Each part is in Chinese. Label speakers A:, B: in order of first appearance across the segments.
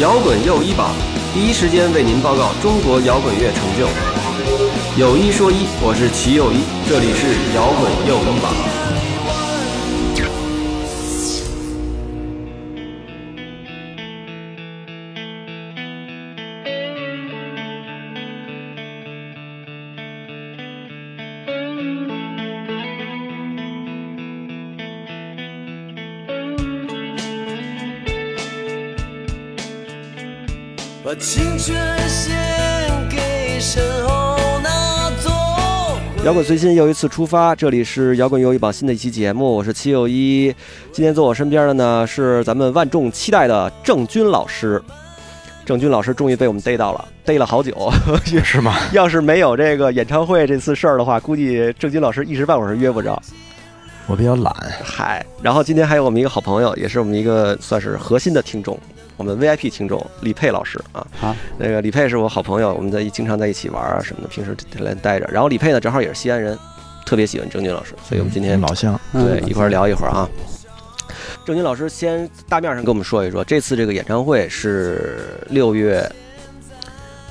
A: 摇滚又一榜，第一时间为您报告中国摇滚乐成就。有一说一，我是齐又一，这里是摇滚又一榜。
B: 把青春献给身后那座
A: 摇滚随心又一次出发，这里是摇滚又一榜新的一期节目，我是齐又一。今天坐我身边的呢是咱们万众期待的郑钧老师。郑钧老师终于被我们逮到了，逮了好久。
C: 是吗？
A: 要是没有这个演唱会这次事儿的话，估计郑钧老师一时半会儿约不着。
C: 我比较懒，
A: 嗨，然后今天还有我们一个好朋友，也是我们一个算是核心的听众，我们 VIP 听众李佩老师啊。
C: 啊，
A: 那个李佩是我好朋友，我们在一经常在一起玩啊什么的，平时来待着。然后李佩呢，正好也是西安人，特别喜欢郑钧老师，所以我们今天
C: 嗯老乡，
A: 对一块儿聊一会儿啊。郑钧老师先大面上跟我们说一说，这次这个演唱会是六月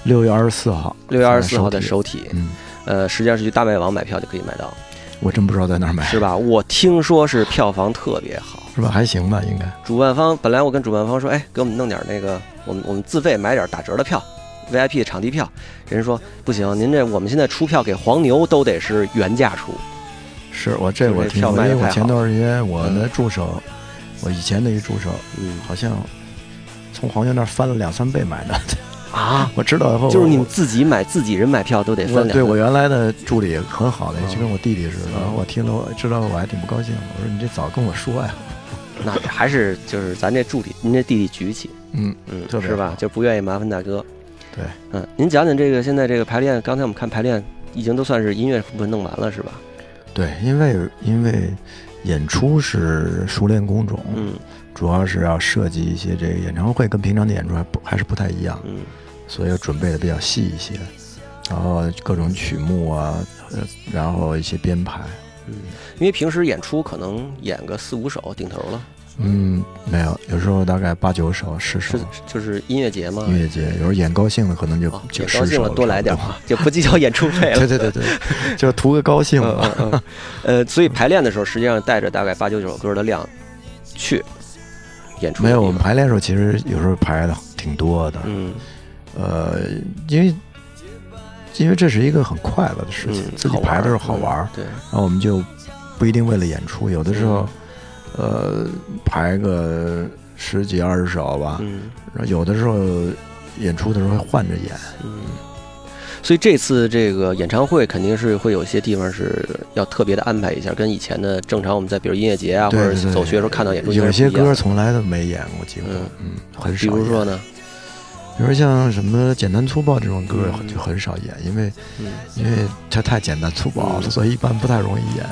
C: 六月二十四号，
A: 六月二十四号的首体，
C: 嗯，
A: 呃，时间是去大麦网买票就可以买到，
C: 我真不知道在哪儿买，
A: 是吧？我听说是票房特别好。
C: 是吧？还行吧，应该。
A: 主办方本来我跟主办方说，哎，给我们弄点那个，我们我们自费买点打折的票，VIP 场地票。人说不行，您这我们现在出票给黄牛都得是原价出，
C: 是我这我
A: 这
C: 听
A: 票
C: 过，
A: 卖
C: 因
A: 得
C: 为我
A: 太
C: 前
A: 好
C: 段时间我的助手，我以前的一助手，
A: 嗯
C: 好像从黄牛那儿翻了两三倍买的。
A: 啊，
C: 我知道以后，
A: 就是你们
C: 我
A: 自己买自己人买票都得翻
C: 我
A: 两
C: 对我
A: 倍，
C: 原来的助理很好的，
A: 嗯
C: 就跟我弟弟似的。
A: 嗯
C: 然后我听了，我知道我还挺不高兴的。我说你这早跟我说呀，
A: 那还是就是咱这助理，您这弟弟举起，
C: 嗯，
A: 嗯，
C: 特别
A: 是吧
C: 好？
A: 就不愿意麻烦大哥。
C: 对，
A: 嗯，您讲讲这个现在这个排练，刚才我们看排练已经都算是音乐部分弄完了，是吧？
C: 对，因为因为演出是熟练工种，
A: 嗯
C: 主要是要设计一些这个演唱会跟平常的演出还不还是不太一样，
A: 嗯
C: 所以要准备的比较细一些，然后各种曲目啊，呃，然后一些编排，
A: 嗯，因为平时演出可能演个四五首顶头了。
C: 嗯，没有，有时候大概八九首、十首
A: 是就是音乐节嘛，
C: 音乐节，有时候演高兴了可能就
A: 啊，
C: 就
A: 也
C: 十
A: 高兴
C: 首
A: 了，多来点
C: 差不
A: 嘛，就不计较演出费
C: 多。对
A: 了。
C: 对 对对，就图个高兴
A: 嗯
C: 嘛。
A: 嗯嗯，呃，所以排练的时候，实际上带着大概八九首歌的量去演出。
C: 没有，我们，排练的时候其实有时候排的挺多的，
A: 嗯
C: 呃，因为因为这是一个很快乐的事情，
A: 嗯，
C: 自己
A: 好玩
C: 排
A: 儿
C: 的时候好玩儿。，啊
A: 嗯
C: 然后我们就不一定为了演出，有的时候，
A: 嗯
C: 呃，排个十几二十首吧
A: 对，，嗯
C: 然后有的时候演出的时候会换着演，
A: 嗯。所以这次这个演唱会肯定是会有一些地方是要特别的安排一下，跟以前的正常我们在比如音乐节啊或
C: 对
A: 者
C: 对对
A: 走学的时候看到演出应
C: 有
A: 该是
C: 些
A: 不一样
C: 歌
A: 的，
C: 从来都没演过，几乎，
A: 嗯
C: 嗯，很
A: 比
C: 少。
A: 如说，呢，
C: 比如像什么简单粗暴这种歌
A: 嗯
C: 就很少演，因为
A: 嗯。
C: 因为它太简单粗暴了，
A: 嗯
C: 所以一般不太容易演。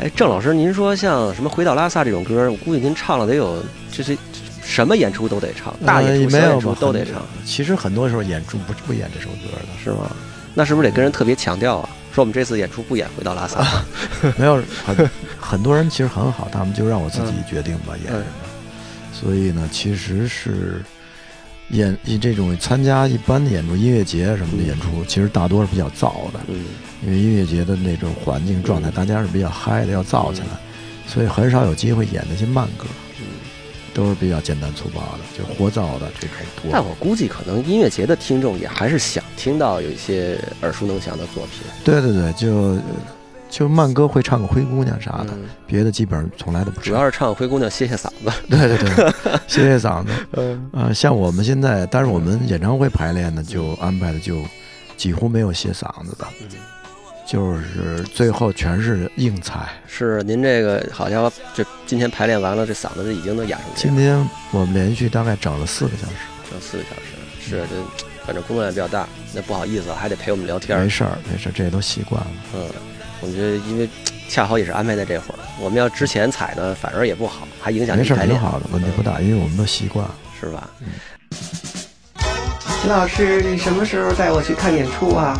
A: 哎，郑老师，您说像什么《回到拉萨》这种歌，我估计您唱了得有，这是什么演出都得唱，大
C: 呃
A: 演出、
C: 没
A: 小
C: 有
A: 演出
C: 吧
A: 都
C: 很
A: 得唱，
C: 其实很多时候演出不不演这首歌的。
A: 是吗？那是不是得跟人特别强调啊？说我们这次演出不演《回到拉萨》
C: 啊没有很很多人其实很好，他们就让我自己决定 吧，演
A: 哎
C: 什么。所以呢，其实是演一这种参加一般的演出、音乐节什么的演出，其实大多是比较燥的，
A: 嗯
C: 因为音乐节的那种环境状态，大家是比较嗨的，要燥起来，所以很少有机会演那些慢歌，
A: 嗯。
C: 都是比较简单粗暴的，就活燥的这种多。
A: 但我估计可能音乐节的听众也还是想听到有一些耳熟能详的作品
C: 对对对，就就慢歌会唱个灰姑娘啥的，
A: 嗯
C: 别的基本上从来都不
A: 主
C: 唱。
A: 要是 唱《灰姑娘》歇歇嗓子。
C: 对对对，歇歇嗓子。
A: 嗯
C: 啊、像我们现在，但是我们演唱会排练呢，就安排的就几乎没有歇嗓子的，
A: 嗯
C: 就是最后全是硬踩。
A: 是您这个好家伙，这今天排练完了，这嗓子这已经都哑成这
C: 今
A: 样，
C: 天我们连续大概整了四个小时，
A: 整四个小时，是这反正工作量比较大，那不好意思啊，还得陪我们聊天儿
C: 没。事儿，没事儿，这也都习惯了。
A: 嗯，我觉得因为恰好也是安排在这会儿，我们要之前踩呢，反而也不好，还影响
C: 没
A: 你
C: 事
A: 排
C: 儿，挺
A: 练，嗯
C: 好的，问题不大，因为我们都习惯了。
A: 是吧？
D: 秦老师，嗯你什么时候带我去看演出啊？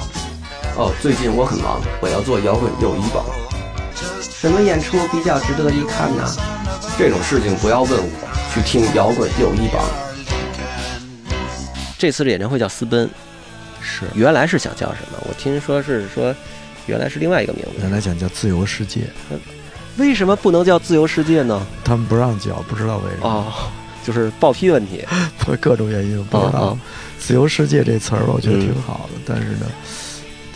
A: 哦，最近我很忙，我要做摇滚又一榜，
D: 什么演出比较值得一看呢？
A: 这种事情不要问我，去听摇滚又一榜。这次的演唱会叫私奔，
C: 是
A: 原来是想叫什么？我听说是说原来是另外一个名
C: 原
A: 字，
C: 来想叫自由世界，
A: 为什么不能叫自由世界呢？
C: 他们不让叫，不知道为什 么，
A: 哦，就是报批的问题。
C: 各种原因不知道。
A: 哦
C: 自由世界这词儿吧我觉得
A: 嗯
C: 挺好的，但是呢，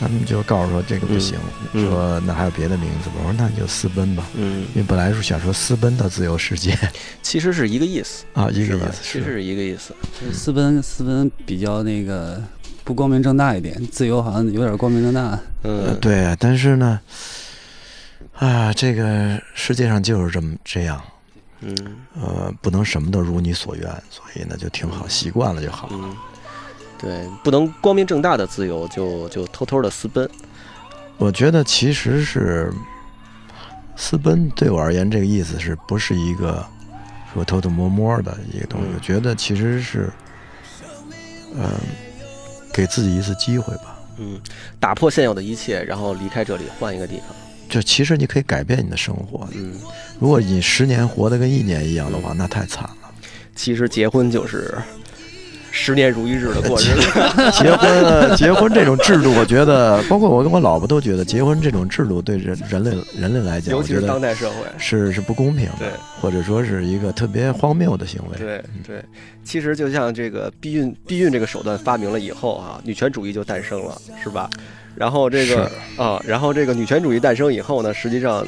C: 他们就告诉说这个不行，
A: 嗯
C: 说那还有别的名字吧。我说那你就私奔吧，
A: 嗯，
C: 因为本来是想说私奔到自由世界
A: 其实是一个意思，
C: 啊，一个
A: 是
C: 意
A: 吧？
C: 思
A: 其实是一个意思。
E: 私奔私奔比较那个不光明正大一点，自由好像有点光明正大。
C: 呃
A: 嗯，
C: 对，但是呢，啊，这个世界上就是这么这样，
A: 嗯
C: 呃，不能什么都如你所愿，所以呢就挺好，习惯了就好。
A: 嗯，对，不能光明正大的自由，就就偷偷的私奔。
C: 我觉得其实是私奔对我而言，这个意思是不是一个说偷偷摸摸的一个东西？
A: 嗯
C: 我觉得其实是，嗯、给自己一次机会吧。
A: 嗯，打破现有的一切，然后离开这里，换一个地方。
C: 就其实你可以改变你的生活，
A: 嗯，
C: 如果你十年活得跟一年一样的话，那太惨了。
A: 其实结婚就是十年如一日的过 日子。
C: 结婚了，结婚这种制度，我觉得，包括我跟我老婆都觉得，结婚这种制度对人人类人类来讲，
A: 尤
C: 我
A: 其
C: 觉
A: 是当
C: 得
A: 代社会。
C: 是是不公平
A: 对
C: 的，或者说是一个特别荒谬的行为。
A: 对对，其实就像这个避孕避孕这个手段发明了以后啊，女权主义就诞生了，是吧？然后这个啊，然后这个女权主义诞生以后呢，实际上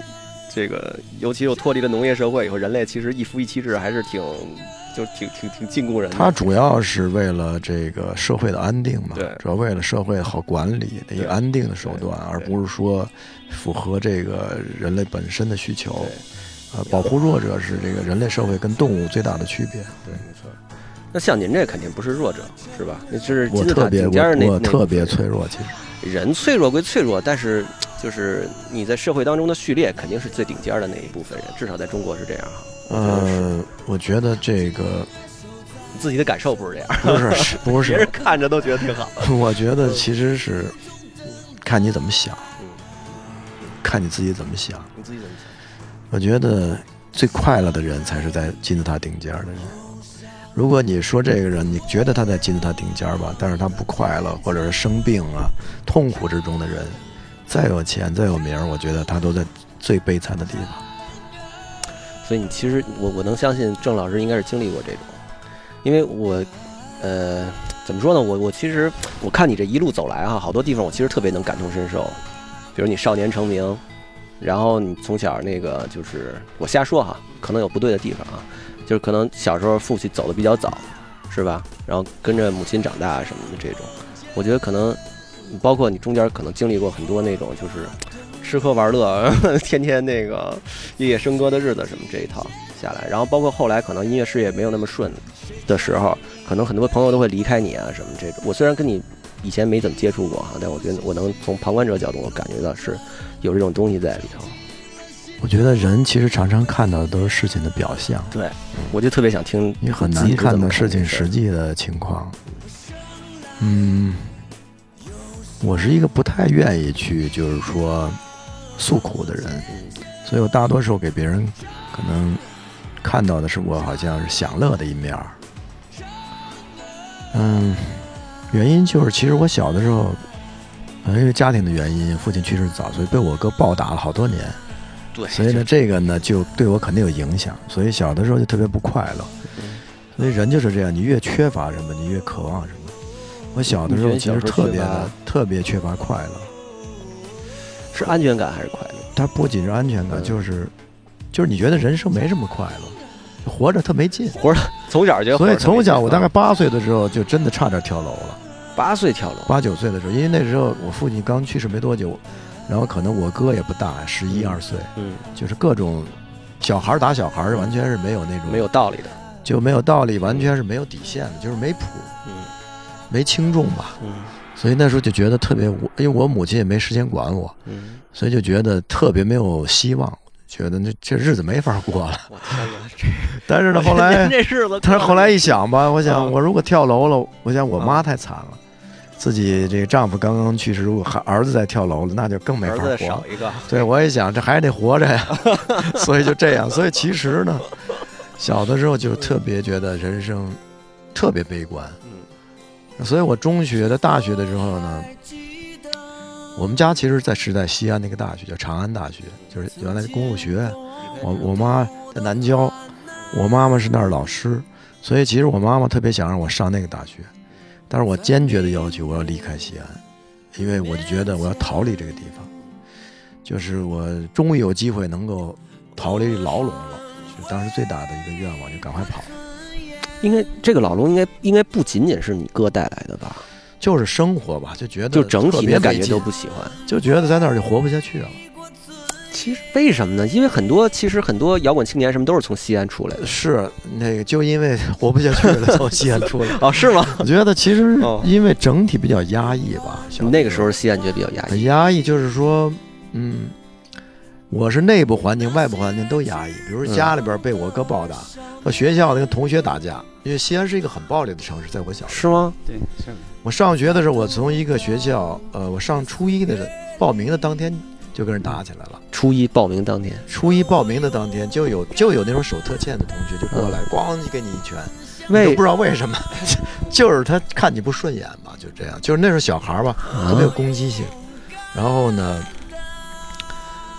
A: 这个尤其又脱离了农业社会以后，人类其实一夫一妻制还是挺就挺挺挺禁锢人的。
C: 它主要是为了这个社会的安定嘛
A: 对，
C: 主要为了社会好管理的一
A: 对
C: 个安定的手段，
A: 对
C: 而不是说符合这个人类本身的需求
A: 对。
C: 呃，保护弱者是这个人类社会跟动物最大的区别。
A: 对，没错。那像您这肯定不是弱者，是吧？那是
C: 我
A: 金字塔
C: 特别
A: 顶尖儿那
C: 我我
A: 那
C: 特别脆弱，其实
A: 人脆弱归脆弱，但是就是你在社会当中的序列肯定是最顶尖儿的那一部分人，至少在中国是这样哈。我觉得是
C: 呃，我觉得这个
A: 自己的感受不是这样，
C: 不 是是不
A: 别
C: 是
A: 人，看着都觉得挺好。
C: 我觉得其实是看你怎么想
A: 嗯，
C: 看你自己怎么想。
A: 你自己怎么想？
C: 我觉得最快乐的人才是在金字塔顶尖儿的人。如果你说这个人，你觉得他在金字塔顶尖儿吧，但是他不快乐，或者是生病啊、痛苦之中的人，再有钱、再有名儿，我觉得他都在最悲惨的地方。
A: 所以你其实我我能相信郑老师应该是经历过这种，因为我，呃，怎么说呢？我我其实我看你这一路走来哈，好多地方我其实特别能感同身受，比如你少年成名，然后你从小那个就是我瞎说哈，可能有不对的地方啊，就是可能小时候父亲走的比较早，是吧？然后跟着母亲长大什么的这种，我觉得可能包括你中间可能经历过很多那种就是吃喝玩乐， 天天那个夜夜笙歌的日子什么这一套下来，然后包括后来可能音乐事业没有那么顺的时候，可能很多朋友都会离开你啊什么这种。我虽然跟你以前没怎么接触过哈，但我觉得我能从旁观者角度我感觉到是有这种东西在里头。
C: 我觉得人其实常常看到的都是事情的表象，
A: 对，我就特别想听
C: 你很
A: 自
C: 难
A: 己是
C: 看
A: 怎么
C: 到事
A: 这
C: 情
A: 事
C: 实际的情况。嗯，我是一个不太愿意去就是说诉苦的人，所以我大多数给别人可能看到的是我好像是享乐的一面儿。嗯，原因就是其实我小的时候，呃，因为家庭的原因，父亲去世早，所以被我哥暴打了好多年。
A: 对
C: 所以呢，这个呢就对我肯定有影响，所以小的时候就特别不快乐。所以人就是这样，你越缺乏什么，你越渴望什么。我小的时候
A: 你
C: 其
A: 觉
C: 实
A: 得小时候
C: 特别
A: 缺乏
C: 的特别缺乏快乐，
A: 是安全感还是快乐？
C: 它不仅是安全感，
A: 嗯
C: 就是就是你觉得人生没什么快乐，活着特没劲。
A: 从小就
C: 所以从
A: 啊
C: 小我大概八岁的时候就真的差点跳楼了，
A: 八岁跳楼，
C: 八九岁的时候，因为那时候我父亲刚去世没多久，然后可能我哥也不大，十一二岁，
A: 嗯，
C: 就是各种小孩儿打小孩儿，完全是没有那种
A: 没有道理的，
C: 就没有道理，完全是没有底线的，就是没谱，
A: 嗯
C: 没轻重吧。
A: 嗯
C: 所以那时候就觉得特别无，因为我母亲也没时间管我，
A: 嗯，
C: 所以就觉得特别没有希望，觉得那这日子没法过了。
A: 嗯我天哪！
C: 但是呢，后
A: 您
C: 来，
A: 这日子，
C: 但是后来一想吧，我
A: 啊
C: 想我如果跳楼了，我想
A: 嗯
C: 我妈太惨了，自己这个丈夫刚刚去世，如果还儿子再跳楼了，那就更没法
A: 儿
C: 活
A: 子
C: 了
A: 少。一个，
C: 对，我也想，这还得活着呀，所以就这样。所以其实呢，小的时候就特别觉得人生特别悲观，
A: 嗯
C: 所以我中学的、大学的时候呢，我们家其实，在时代西安那个大学叫长安大学，就是原来的公路学院。我我妈在南郊，我妈妈是那儿老师，所以其实我妈妈特别想让我上那个大学，但是我坚决的要求我要离开西安，因为我就觉得我要逃离这个地方，就是我终于有机会能够逃离牢笼了，就是当时最大的一个愿望，就赶快跑。
A: 应该这个老龙应该应该不仅仅是你哥带来的吧？
C: 就是生活吧，就觉得
A: 就整体的
C: 的
A: 感觉都不喜欢。
C: 就觉得在那儿就活不下去了。
A: 其实为什么呢？因为很多其实很多摇滚青年什么都是从西安出来的
C: 是那个，就因为活不下去了，从西安出来。
A: 哦，是吗？
C: 我觉得其实
A: 哦
C: 因为整体比较压抑吧，小
A: 那个时候西安觉得比较压抑。
C: 很压抑，就是说，嗯，我是内部环境、外部环境都压抑。比如说
A: 嗯
C: 家里边被我哥暴打，到学校跟同学打架，因为西安是一个很暴力的城市，在我小时候。
A: 是吗？
E: 对，是
C: 我上学的时候，我从一个学校，呃，我上初一的报名的当天就跟人打起来了。
A: 初一报名当天，
C: 初一报名的当天就有就有那种手特欠的同学就过 来，咣就给你一拳，你都不知道为什么，就是他看你不顺眼吧，就这样，就是那时候小孩儿吧，
A: 啊
C: 特别有攻击性。然后呢，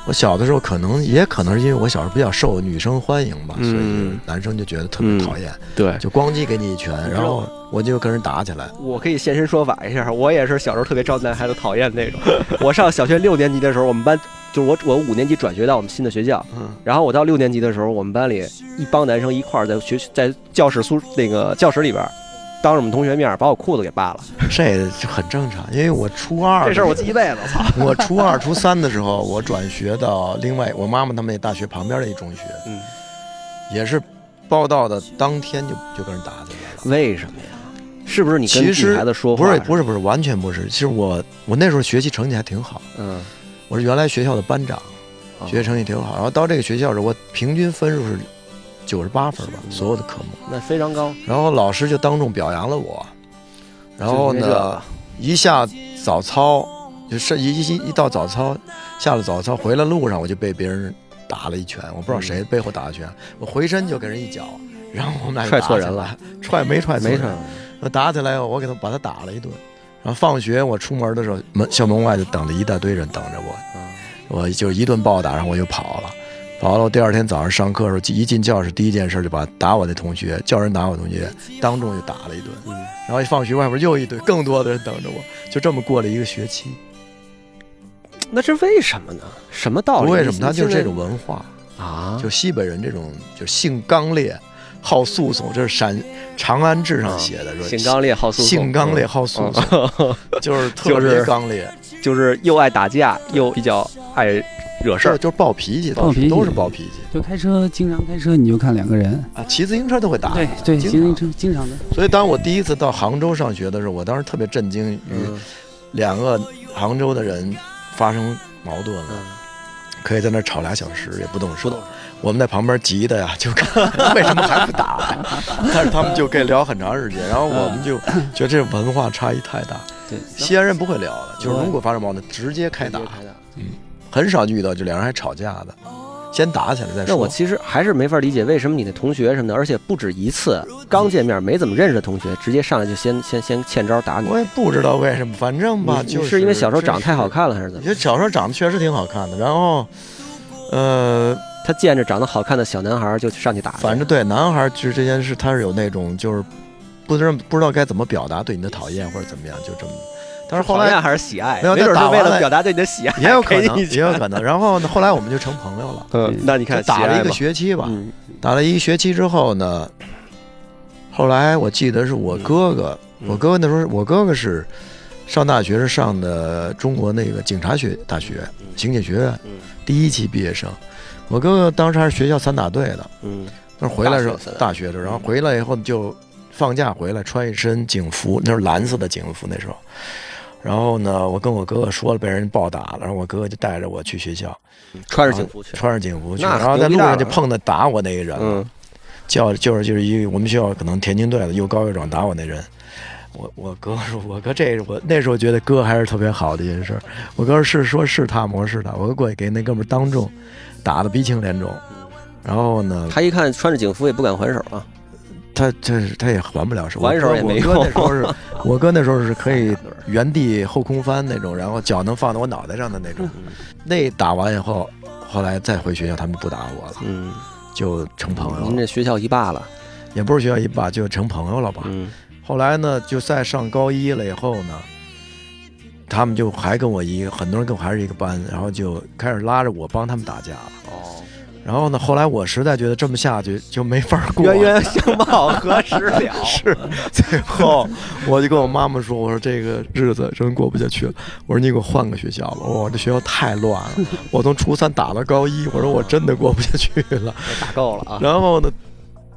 C: 我小的时候可能也可能是因为我小时候比较受女生欢迎吧，所以
A: 嗯哎
C: 男生就觉得特别讨厌，
A: 对，
C: 就咣叽给你一拳，然后我就跟人打起来。
A: 我可以现身说法一下，我也是小时候特别招男孩子讨厌 那种。我上小学六年级的时候，我们班就是我我五年级转学到我们新的学校，
C: 嗯，
A: 然后我到六年级的时候，我们班里一帮男生一块儿在学在教室宿那个教室里边儿，当着我们同学面儿把我裤子给扒了，
C: 这就很正常，因为我初二的
A: 这事儿我记一辈子，我操！
C: 我初二、初三的时候，我转学到另外我妈妈他们那大学旁边的一中学，
A: 嗯，
C: 也是报道的当天就就跟人打起来了。
A: 为什么呀？是不是你跟
C: 其实
A: 女孩子说话？
C: 不是不
A: 是，
C: 是不是，完全不是。其实我我那时候学习成绩还挺好，
A: 嗯，
C: 我是原来学校的班长，
A: 哦
C: 学习成绩挺好。然后到这个学校的时，候，我平均分数是九十八分吧，所有的科目。
A: 那非常高。
C: 然后老师就当众表扬了我，然后
A: 就因为这个
C: 呢，一下早操，就是一一一到早操，下了早操回来路上我就被别人打了一拳，我不知
A: 嗯
C: 道谁背后打的拳，我回身就给人一脚，然后我们俩就
A: 踹
C: 打
A: 错
C: 起
A: 人
C: 来
A: 了，
C: 踹没踹错
A: 没
C: 人
A: 事儿，
C: 我打起来我给他把他打了一顿，然后放学我出门的时候，门校门外就等着一大堆人等着我，
A: 嗯
C: 我就一顿暴打，然后我就跑了。跑了，我第二天早上上课的时候，一进教室第一件事就把打我那同学叫人打我同学，当众就打了一顿。
A: 嗯
C: 然后一放学外边又一堆更多的人等着我，就这么过了一个学期。
A: 那是为什么呢？什么道理？
C: 为什么他就是这种
A: 哦你
C: 文化？
A: 现在啊？
C: 就西北人这种就是性刚烈、好诉讼，这是陕长安志上写的，说
A: 啊性刚烈好诉讼，
C: 性刚烈好诉讼，
A: 嗯
C: 就是特别刚烈，
A: 就是又爱打架，又比较爱惹事
C: 是
A: 儿。
C: 就是暴脾气，
E: 暴脾气
C: 都是暴脾气
E: 就开车，经常开车你就看两个人，
C: 啊！骑自行车都会打，
E: 对对，
C: 经
E: 经
C: 常
E: 常经经常的，
C: 所以当我第一次到杭州上学的时候，我当时特别震惊于
A: 嗯
C: 两个杭州的人发生矛盾了，
A: 嗯，
C: 可以在那儿吵俩小时也不动手。我们在旁边急的呀，就看为什么还不打呀？但是他们就可以聊很长时间，然后我们就
A: 嗯
C: 觉得这文化差异太大。
E: 对，
C: 西安人不会聊的，就是如果发生矛盾直接开打，
A: 嗯
C: 很少就遇到就两人还吵架的，先打起来再
A: 那我
C: 说。
A: 其实还是没法理解为什么你的同学什么的，而且不止一次，刚见面没怎么认识的同学，直接上来就先先先欠招打你。
C: 我也不知道为什么，反正吧，
A: 你
C: 就是
A: 因为小时候长得太好
C: 看。
A: 看了，还是怎
C: 我
A: 么
C: 觉？得小时候长得确实挺好看的，然后，呃，
A: 他见着长得好看的小男孩儿就上去打他，
C: 反正对男孩儿其实这件事他是有那种就是不知道不知道该怎么表达对你的讨厌或者怎么样，就这么。但是后
A: 讨
C: 来
A: 厌还是喜爱，
C: 没有
A: 没准
C: 但
A: 是
C: 打
A: 为
C: 完
A: 了
C: 了
A: 表达对你的喜爱。
C: 也有可能，
A: 给你
C: 也有可能。然后呢，后来我们就成朋友了，
A: 嗯，那你
C: 就
A: 看
C: 打了一个
A: 学
C: 学期吧。
A: 嗯
C: 打了一学期之后呢，后来我记得是我哥哥，
A: 嗯
C: 我哥哥那时候我哥哥是上大学是上的中国那个警察学大学
A: 嗯
C: 刑警学院
A: 嗯
C: 第一期毕业生，我哥哥当时还是学校散打队的，
A: 嗯
C: 但是回来时候
A: 大学散打
C: 大学的时候，然后回来以后就放假回来穿一身警服，那是蓝色的警服那时候。然后呢，我跟我哥哥说了被人暴打了，然后我哥哥就带着我去学校，
A: 穿着警嗯服去，
C: 穿着警服去，
A: 那
C: 然后
A: 牛
C: 在
A: 逼
C: 路
A: 大
C: 上
A: 了
C: 就碰到打我那个人了，
A: 嗯
C: 叫就是就是一个我们学校可能田径队的又高又壮打我那人。我我哥说，我哥这我那时候觉得哥还是特别好的一件事儿。我哥是说是他吗？我说是他。我哥过去给那哥们儿当众打得鼻青脸肿，然后呢，
A: 他一看穿着警服也不敢还手啊。
C: 他这他也还不了手，
A: 还手也没用
C: 我哥那时候 是，我哥那时候是可以原地后空翻那种，然后脚能放到我脑袋上的那
A: 嗯
C: 种。那打完以后，后来再回学校，他们不打我了，
A: 嗯，
C: 就成朋友
A: 您
C: 了，
A: 这学校一霸了，
C: 也不是学校一把就成朋友了吧。
A: 嗯
C: 后来呢，就再上高一了以后呢，他们就还跟我一个，很多人跟我还是一个班，然后就开始拉着我帮他们打架了。
A: 哦，
C: 然后呢，后来我实在觉得这么下去就没法过了，
A: 冤冤相报何时了？
C: 是，最后我就跟我妈妈说：“我说这个日子真过不下去了。我说你给我换个学校吧，我这学校太乱了。我从初三打到高一，我说我真的过不下去了。
A: 打够了啊，
C: 然后呢，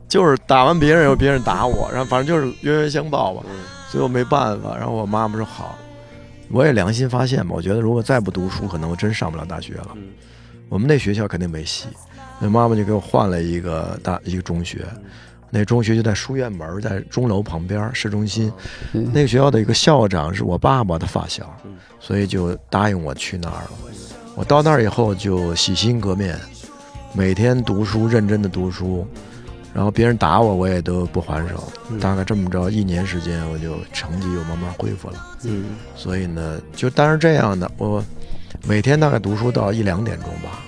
C: 就是打完别人又别人打我，然后反正就是冤冤相报吧。
A: 嗯
C: 最后没办法，然后我妈妈说好，我也良心发现吧，我觉得如果再不读书，可能我真上不了大学了。
A: 嗯
C: 我们那学校肯定没戏，那妈妈就给我换了一个大一个中学，那中学就在书院门儿，在钟楼旁边儿市中心。
E: 嗯
C: 那个学校的一个校长是我爸爸的发小
A: 嗯，
C: 所以就答应我去那儿了。我到那儿以后就洗心革面，每天读书，认真的读书，然后别人打我我也都不还手。
A: 嗯
C: 大概这么着，一年时间我就成绩又慢慢恢复了。
A: 嗯
C: 所以呢，就但是这样的，我每天大概读书到一两点钟吧，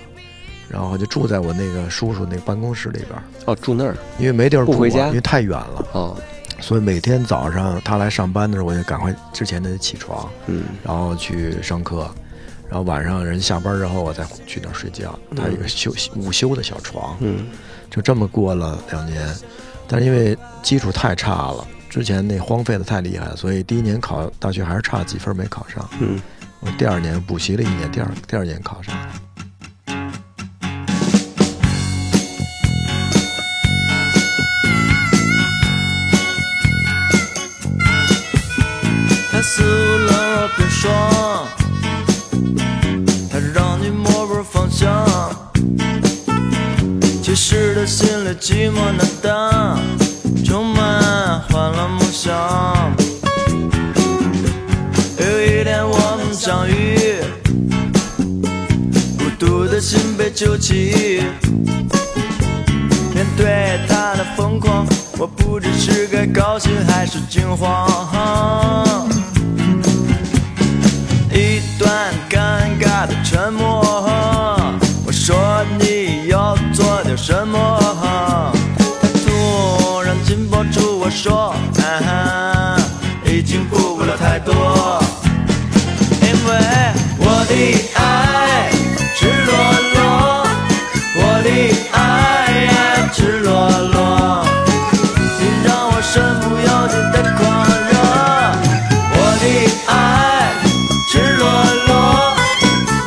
C: 然后就住在我那个叔叔那个办公室里边儿，
A: 哦，住那儿
C: 因为没地儿
A: 不
C: 住啊，
A: 回家
C: 因为太远了，
A: 哦，
C: 所以每天早上他来上班的时候，我就赶快之前得起床，
A: 嗯
C: 然后去上课，然后晚上人家下班之后我再去那儿睡觉。他有一个休息午休的小床，
A: 嗯
C: 就这么过了两年，但是因为基础太差了，之前那荒废的太厉害了，所以第一年考大学还是差几分没考上。
A: 嗯，
C: 我第二年补习了一年，第二第二年考上。
B: 他撕了冰霜，他让你摸不着方向。其实他心里寂寞难当，充满欢乐梦想。有一天我们相遇，孤独的心被揪起。面对他的疯狂，我不知是该高兴还是惊慌。一段尴尬的沉默，我说你要做点什么？他突然紧抱住我说，啊哈，已经顾不了太多，因为我的爱赤裸裸，我的爱呀赤裸裸，你让我身不由己的狂热，我的爱赤裸裸，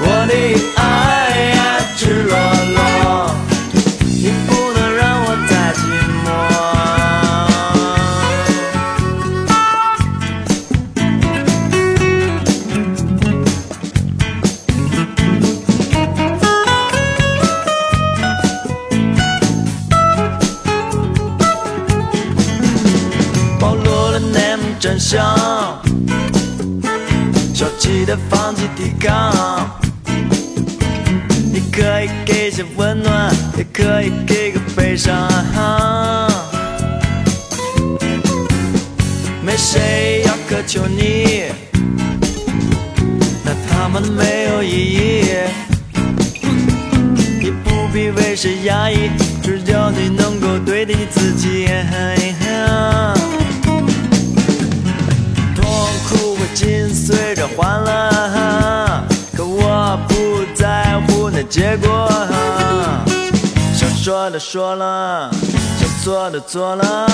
B: 我的爱呀赤裸裸，你不能让我再寂寞。暴露了内幕真相，消极的放弃抵抗。你可以给些温暖，也可以给个悲伤。没谁要苛求你，那他们没有意义。你不必为谁压抑，只要你能够对得起自己。痛苦会紧随着欢乐，可我不在乎那结果。想说的说了，想做的做了，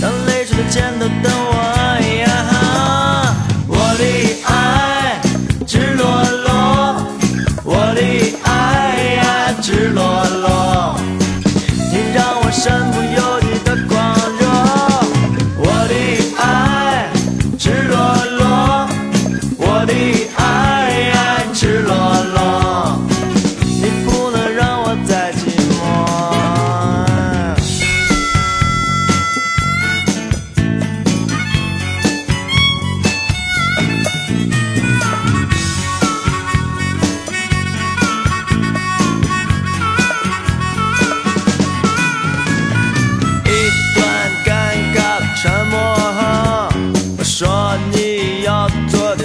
B: 当泪水的肩头等我呀。我的爱赤裸裸，我的爱呀赤裸裸，你让我身不由己的狂热。我的爱赤裸裸，我的爱呀赤裸裸。你不能让我再寂寞。啊的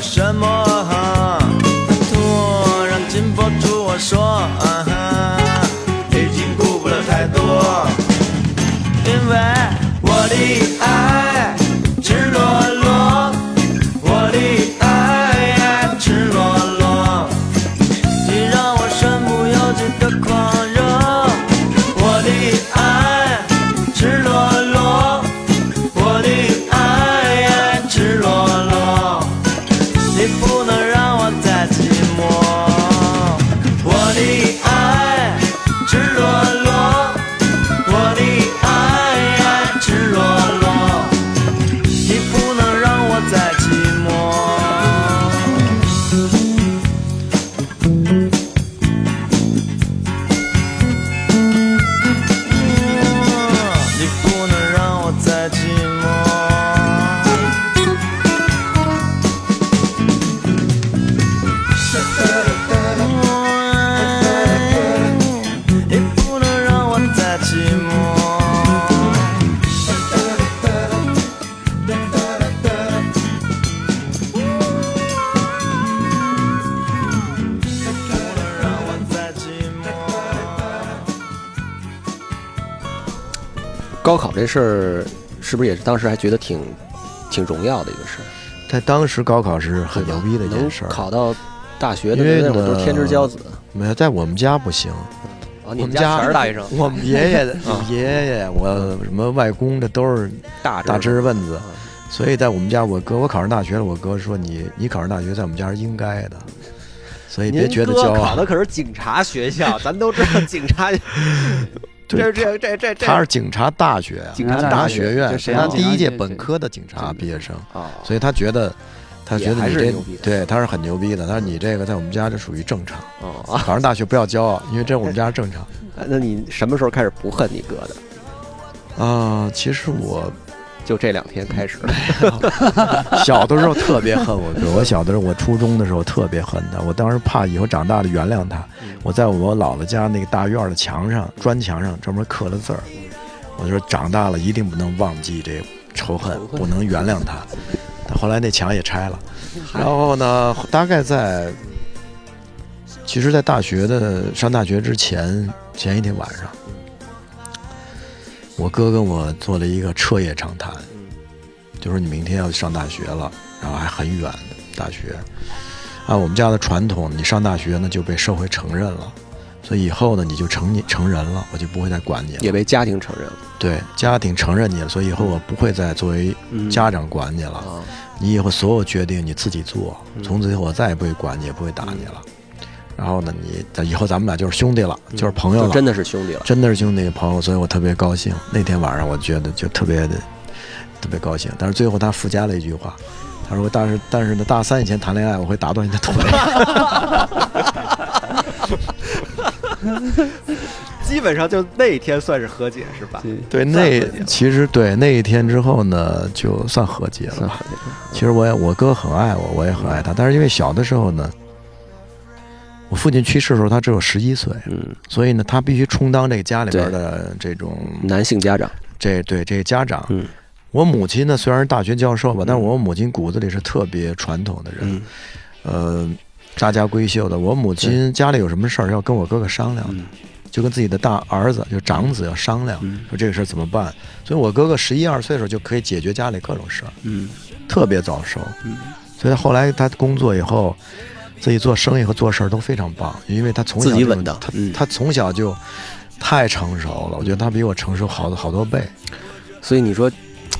B: 爱赤裸裸，我的爱赤裸裸，你让我身不由己的狂热，我的爱赤裸裸，我的爱赤裸裸。你不能让我再寂寞。我的爱赤裸裸，我的爱赤裸裸，你不能让我再寂寞。你不能让我再寂寞。你不能让我再寂寞。不能让我再寂寞。
A: 高考这事儿是不是也是当时还觉得挺挺荣耀的一个事儿？
C: 在当时高考是很牛逼的一件
A: 能
C: 事儿，
A: 考到大学的
C: 因为
A: 那会儿都是
C: 呢
A: 天之骄子
C: 没有在我们家不行，
A: 啊！
C: 我
A: 你
C: 们
A: 们家全是大学生，
C: 我们 爷爷的爷爷，我什么外公这都是
A: 大
C: 大知识分子
A: 嗯，
C: 所以在我们家，我哥我考上大学了，我哥说你你考上大学在我们家是应该的，所以别觉得骄
A: 您哥考
C: 傲。
A: 的可是警察学校，咱都知道警察，这
C: 对，
A: 这这这这
C: 他是警察大学啊，
A: 警
E: 察大
C: 察
A: 学
C: 学院，
A: 就是沈
C: 他
A: 阳
C: 第一
E: 警
C: 届
E: 察
C: 本科的警察毕业生，
A: 啊，
C: 所以他觉得他觉
A: 也
C: 得
A: 还
C: 你
A: 是
C: 这
A: 牛逼的
C: 对他是很牛逼的，他说你这个在我们家就属于正常，
A: 哦啊，
C: 考上大学不要骄傲，因为这我们家是正常。
A: 那你什么时候开始不恨你哥的？
C: 啊，其实我
A: 就这两天开始，
C: 小的时候特别恨我哥，我小的时候，我初中的时候特别恨他，我当时怕以后长大了原谅他。
E: 嗯
C: 我在我姥姥家那个大院儿的墙上，砖墙上专门刻了字儿，我就说长大了一定不能忘记这仇恨
E: 仇，恨
C: 不能原谅他。但后来那墙也拆了，然后呢，大概在，其实，在大学的上大学之前前一天晚上，我哥跟我做了一个彻夜长谈。就说你明天要上大学了，然后还很远的大学。按我们家的传统，你上大学呢就被社会承认了，所以以后呢你就成你成人了，我就不会再管你了。
A: 也被家庭承认了
C: 对，家庭承认你了，所以以后我不会再作为
E: 嗯
C: 家长管你了。
A: 啊，
C: 你以后所有决定你自己做，
A: 嗯
C: 从此以后我再也不会管你，也不会打你了。然后呢，你咱以后咱们俩就是兄弟了，就是朋友
A: 嗯就
C: 了，
A: 真的是兄弟了。
C: 真的是兄弟朋友，所以我特别高兴。那天晚上我觉得就特别的特别高兴，但是最后他附加了一句话，他说：“但是但是呢，大三以前谈恋爱我会打断你的腿。
A: 基本上就那一天算是和解是吧
E: 对”
C: 对，那其实对那一天之后呢，就算和解了吧。其实我也我哥很爱我，我也很爱他，但是因为小的时候呢，我父亲去世的时候他只有十一岁，
A: 嗯，
C: 所以呢，他必须充当这个家里边的这种
A: 男性家长，
C: 这对这家长。
A: 嗯
C: 我母亲呢，虽然是大学教授吧，但是我母亲骨子里是特别传统的人，
A: 嗯
C: 呃，大家闺秀的。我母亲家里有什么事儿要跟我哥哥商量的，
E: 嗯
C: 就跟自己的大儿子，就长子要商量，
E: 嗯
C: 说这个事儿怎么办。所以我哥哥十一二岁的时候就可以解决家里各种事儿，
E: 嗯
C: 特别早熟。
E: 嗯
C: 所以他后来他工作以后，自己做生意和做事儿都非常棒，因为他从小
A: 自己
C: 就
A: 稳当
C: 他
E: 嗯
C: 他从小就太成熟了，我觉得他比我成熟好多好多倍。
A: 所以你说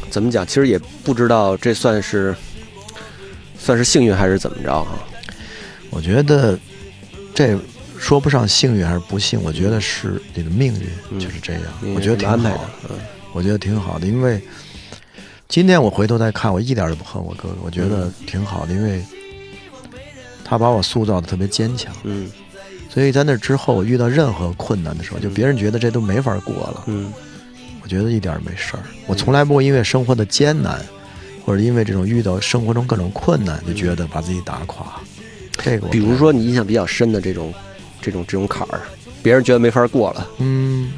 A: 怎么讲？其实也不知道这算是算是幸运还是怎么着啊？
C: 我觉得这说不上幸运还是不幸，我觉得是你的命运
A: 嗯
C: 就是这样。
A: 你
C: 我觉得挺
A: 安排
C: 好
A: 的
C: 的，，
A: 嗯
C: 我觉得挺好的，因为今天我回头再看，我一点都不恨我哥哥，我觉得
A: 嗯
C: 挺好的，因为他把我塑造的特别坚强。
A: 嗯
C: 所以在那之后，我遇到任何困难的时候，就
A: 嗯
C: 别人觉得这都没法过了，
A: 嗯
C: 我觉得一点儿没事儿。我从来不会因为生活的艰难，或者因为这种遇到生活中各种困难，就觉得把自己打垮。这个，
A: 嗯比如，说你印象比较深的这种这种这种坎儿，别人觉得没法过了，
C: 嗯，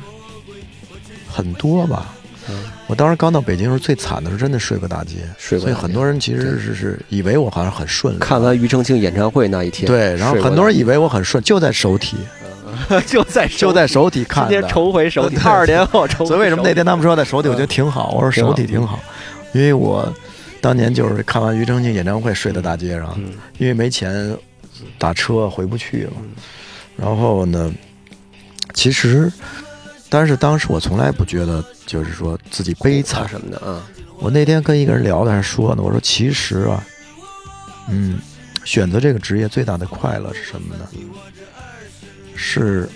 C: 很多吧。
A: 嗯
C: 我当时刚到北京的时候，最惨的时候真的睡过大街，
A: 睡过
C: 所
A: 大
C: 以
A: 街
C: 很多人其实是是以为我好像很顺利，
A: 看完庾澄庆演唱会那一天，
C: 对，然后
A: 睡过
C: 很多人以为我很顺，就在首体，
A: 就在手
C: 就在手体看
A: 今
C: 的。
A: 天重回手底，
C: 对
A: 二十年后重回手底。
C: 所以为什么那天他们说在手底，
A: 嗯
C: 我觉得挺好。我说手底挺好，因为我当年就是看完庾澄庆演唱会睡在大街上，
A: 嗯
C: 因为没钱打车回不去了。然后呢，其实，但是当时我从来不觉得就是说自己悲惨
A: 啊。什么的啊，
C: 我那天跟一个人聊的还说呢，我说其实啊，嗯，选择这个职业最大的快乐是什么呢？是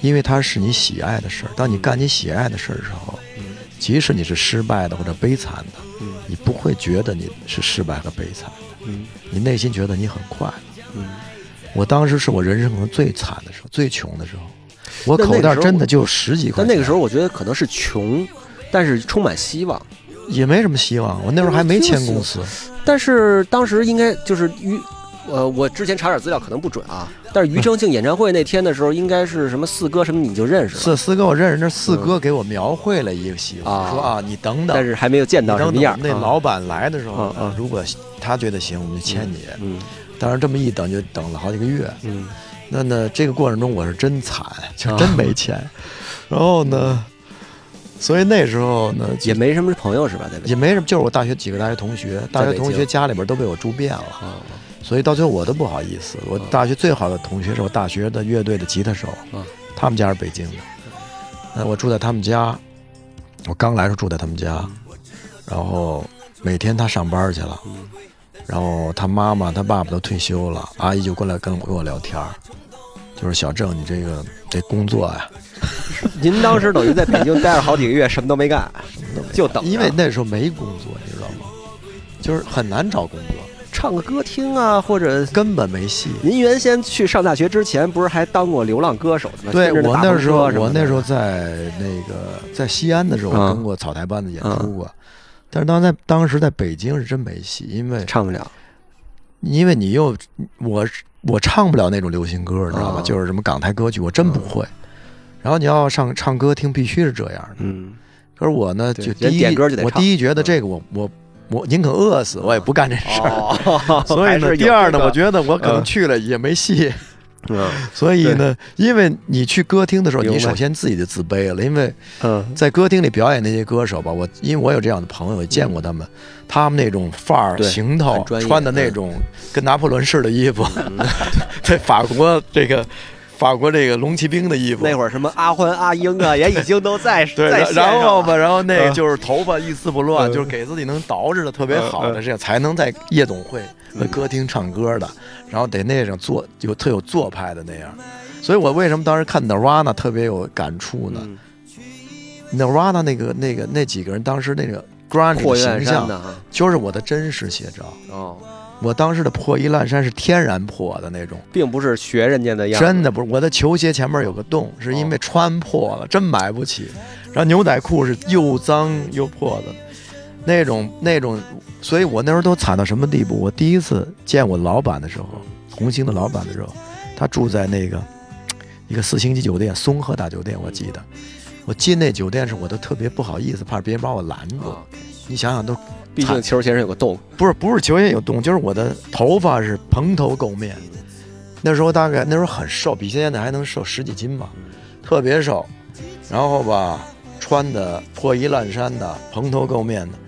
C: 因为它是你喜爱的事儿。当你干你喜爱的事儿的时候，即使你是失败的或者悲惨的
A: 嗯，
C: 你不会觉得你是失败和悲惨的，
A: 嗯
C: 你内心觉得你很快乐。
A: 嗯。
C: 我当时是我人生可能最惨的时候，最穷的时候，我
A: 那那
C: 口
A: 个
C: 袋
A: 时候
C: 真
A: 我
C: 的就十几块
A: 但
C: 钱。
A: 那个时候我觉得可能是穷，但是充满希望。
C: 也没什么希望，我那时候还没签公司。
A: 但是当时应该就是于，呃，我之前查点资料可能不准啊，但是庾澄庆演唱会那天的时候，应该是什么四哥什么你就认识了，
C: 四四哥，我认识那四哥给我描绘了一个希望，
A: 啊
C: 说啊，你等等，
A: 但是还没有见
C: 你
A: 到什
C: 等
A: 么样
C: 等，
A: 儿。
C: 那
A: 啊
C: 老板来的时候
A: 啊啊
C: 呢，如果他觉得行，我们就签你。
A: 嗯
C: 当然这么一等就等了好几个月。
A: 嗯
C: 那呢，这个过程中我是真惨，
A: 啊
C: 就真 没钱。然后呢，所以那时候呢，
A: 也没什么朋友是吧？在北
C: 也没什么，就是我大学几个大学同学，大学
A: 在
C: 同
A: 北
C: 学
A: 京
C: 家里边都被我住遍了，
A: 啊
C: 所以到最后我都不好意思。我
A: 嗯
C: 大学最好的同学是我大学的乐队的吉他手
A: 啊，
C: 他们家是北京的，
A: 嗯
C: 那我住在他们家，我刚来时候住在他们家，
A: 嗯
C: 然后每天他上班去了，
A: 嗯
C: 然后他妈妈、他爸爸都退休了，阿姨就过来跟我跟我聊天儿，就是小郑，你这个这工作啊呀、
A: 您当时等于在北京待了好几个月，什么都没干，就等着
C: 因为那时候没工作，你知道吗？就是很难找工作，
A: 唱个歌厅啊，或者
C: 根本没戏。
A: 您原先去上大学之前，不是还当过流浪歌手的吗？
C: 对
A: 啊跟着
C: 我
A: 大
C: 那
A: 篷
C: 时候，
A: 车什么
C: 我
A: 的
C: 那时候在那个在西安的时候，
A: 嗯
C: 我跟过草台班子演出过，但是当在当时在北京是真没戏，因为
A: 唱不了，
C: 因为你又我我唱不了那种流行歌，你知道吧？
A: 嗯
C: 就是什么港台歌曲，我真不会。然后你要上唱歌听，必须是这样的。
A: 嗯，
C: 可是我呢，
A: 对
C: 就第
A: 人
C: 一
A: 点歌就得
C: 我
A: 唱嗯
C: 第一觉得这个我我我宁可饿死，我也不干这事 儿。
A: 哦
C: 所以呢，第二呢，我觉得我可
A: 嗯
C: 能去了也没戏。
A: 得，
C: 所以呢，因为你去歌厅的时候，
A: 明白
C: 你首先自己就自卑了，因为
A: 嗯
C: 在歌厅里表演那些歌手吧，我因为我有这样的朋友，也见过他们，他们那种范儿、
A: 对
C: 行头
A: 很专，业嗯
C: 穿的那种跟拿破仑似的衣服， 在法国这个法国这个龙骑兵的衣服，
A: 那会儿什么阿欢、阿英啊，也已经都在
C: 对，
A: 在
C: 然
A: 线
C: 然后
A: 上了，
C: 吧，然后那个
A: 嗯
C: 就是头发一丝不乱，
A: 嗯
C: 就是给自己能捯饬的特别好的，这样才能在夜总会、和歌厅唱歌的，
A: 嗯
C: 然后得那种做有特有做派的那样。所以我为什么当时看 Nirvana 特别有感触呢
A: 嗯
C: ？Nirvana 那个那个那几个人当时那个 grunge
A: 破
C: 的
A: 云烂
C: 形
A: 山
C: 象，
A: 呢，
C: 就是我的真实写照。
A: 哦，
C: 我当时的破衣烂衫是天然破的那种，
A: 并不是学人家的哦样子，
C: 真的不是，我的球鞋前面有个洞，是因为穿破了，真买不起。然后牛仔裤是又脏又破的，那种那种，所以我那时候都惨到什么地步？我第一次见我老板的时候，红星的老板的时候，他住在那个一个四星级酒店，松鹤大酒店，我记得。我进那酒店时，我都特别不好意思，怕别人把我拦住。
A: 啊，
C: 你想想，都
A: 毕竟球鞋上有个洞，
C: 不是不是球鞋有洞，就是我的头发是蓬头垢面。那时候大概那时候很瘦，比现在还能瘦十几斤吧，特别瘦。然后吧，穿的破衣烂衫的，蓬头垢面的，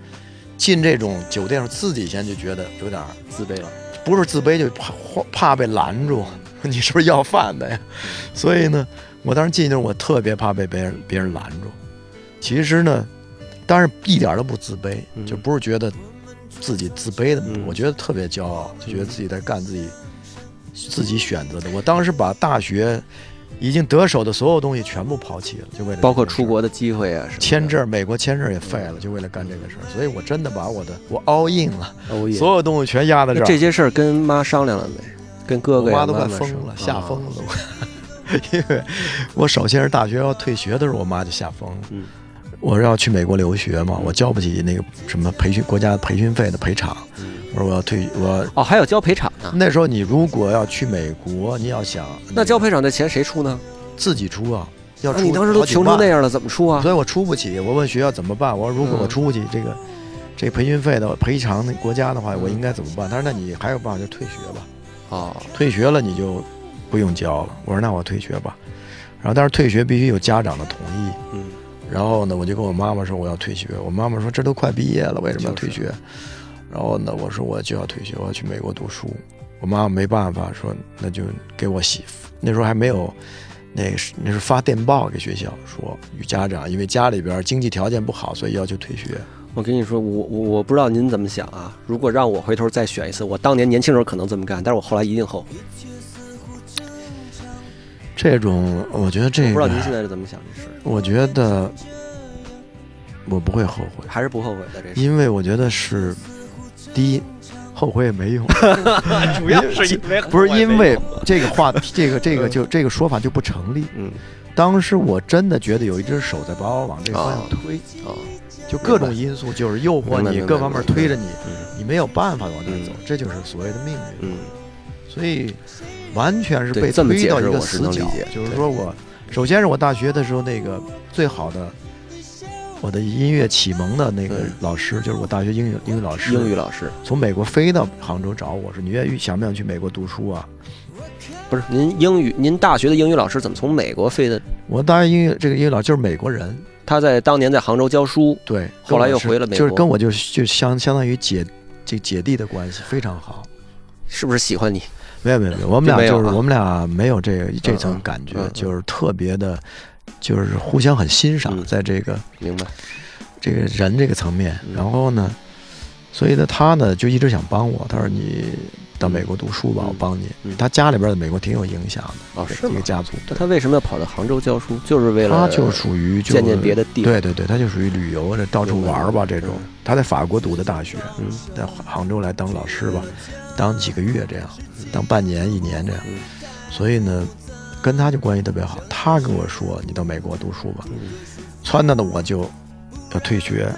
C: 进这种酒店时候自己先就觉得有点儿
A: 自卑了，
C: 不是自卑，就怕怕被拦住，你是不是要饭的呀？所以呢，我当时进去的时候，我特别怕被别人别人拦住。其实呢，当然一点都不自卑，
A: 嗯
C: 就不是觉得自己自卑的，
A: 嗯
C: 我觉得特别骄傲，就觉得自己在干自己自己选择的。我当时把大学已经得手的所有东西全部抛弃了，就为了这
A: 包括
C: 件事
A: 出国的机会啊，什么的
C: 签，证，美国签证也废了，就为了干这个事儿。所以我真的把我的我 all in 了，
A: 哦耶
C: 所有东西全压在这
A: 那
C: 儿。
A: 这些事儿跟妈商量了没？跟哥哥
C: 我
A: 呀
C: 妈都快
A: 妈
C: 疯
A: 商
C: 了，
A: 量
C: 吓疯
A: 啊
C: 了都。 因为我首先是大学要退学的时候，我妈就吓疯了。
A: 嗯
C: 我是要去美国留学嘛，我交不起那个什么培训国家培训费的赔偿。我说我要退，我
A: 哦，还有交赔偿呢，
C: 那时候你如果要去美国，你要想
A: 那交赔偿的钱谁出呢？
C: 自己出啊，要
A: 那
C: 出
A: 你当时都
C: 好几
A: 穷成
C: 万
A: 那样了，怎么出啊
C: 所？以我出不起。我问学校怎么办？我说如果我出不起这个这培训费的赔偿那国家的话，我应该怎么办？他说那你还有办法就退学吧。
A: 哦，
C: 退学了你就不用交了。我说那我退学吧，然后但是退学必须有家长的同意。
A: 嗯，
C: 然后呢，我就跟我妈妈说我要退学。我妈妈说这都快毕业了，为什么要退学？然后呢，我说我就要退学，我要去美国读书。我妈妈没办法，说那就给我媳妇。那时候还没有，那是那是发电报给学校说与家长，因为家里边经济条件不好，所以要求退学。
A: 我跟你说，我我我不知道您怎么想啊。如果让我回头再选一次，我当年年轻时候可能这么干，但是我后来一定后悔。
C: 这种我觉得这
A: 我不知道您现
C: 个，
A: 在是怎么想这事，
C: 我觉得我不会后悔，
A: 还是不后悔的这事。
C: 因为我觉得是第一，后悔也没 用。
A: 主
C: 要
A: 是因为
C: 不是因为这个话，这个这个就这个说法就不成立。
A: 嗯
C: 当时我真的觉得有一只手在把我往这方向推，
A: 哦
C: 就各种因素就是诱惑
A: 明白明
C: 你，
A: 白
C: 各方面推着你，
A: 嗯
C: 你没有办法往那儿走
A: 嗯，
C: 这就是所谓的命运。
A: 嗯
C: 所以完全是
A: 对
C: 被
A: 这么
C: 推
A: 解
C: 到
A: 释
C: 一个
A: 我是
C: 死
A: 能理
C: 角
A: 解。
C: 就是
A: 对
C: 说我首先是我大学的时候那个最好的。我的音乐启蒙的那个
A: 嗯
C: 老师，就是我大学英语英语老师，
A: 英语老师
C: 从美国飞到杭州找我说：“你愿意想不想去美国读书啊？”
A: 不是您英语，您大学的英语老师怎么从美国飞的？
C: 我大学英语这个英语老师就是美国人，
A: 他在当年在杭州教书，
C: 对，
A: 后来
C: 跟我
A: 又
C: 是
A: 回了美
C: 就是
A: 国
C: 跟我就就相相当于姐这姐弟的关系非常好。
A: 是不是喜欢你？
C: 没有没有没有，我们
A: 并
C: 俩
A: 没有
C: 就是
A: 啊
C: 我们俩没有这个这
A: 嗯
C: 层
A: 嗯
C: 感觉
A: 嗯，嗯
C: 就是特别的，就是互相很欣赏，
A: 嗯
C: 在这个
A: 明白？
C: 这个人这个层面。
A: 嗯
C: 然后呢，所以呢，他呢就一直想帮我，他说你到美国读书吧，
A: 嗯
C: 我帮你
A: 嗯。
C: 他家里边在美国挺有影响的，
A: 哦，
C: 这
A: 是
C: 个
A: 吗？
C: 家族，
A: 那他为什么要跑到杭州教书？就是为了
C: 他就属于就
A: 见见别的地方
C: 对对对，他就属于旅游这到处玩儿吧这种。他在法国读的大学，
A: 嗯
C: 在杭州来当老师吧，当几个月这样，当半年一年这样
A: 嗯。
C: 所以呢，跟他就关系特别好。他跟我说：“你到美国读书吧。
A: 嗯”
C: 撺掇的我就要退学，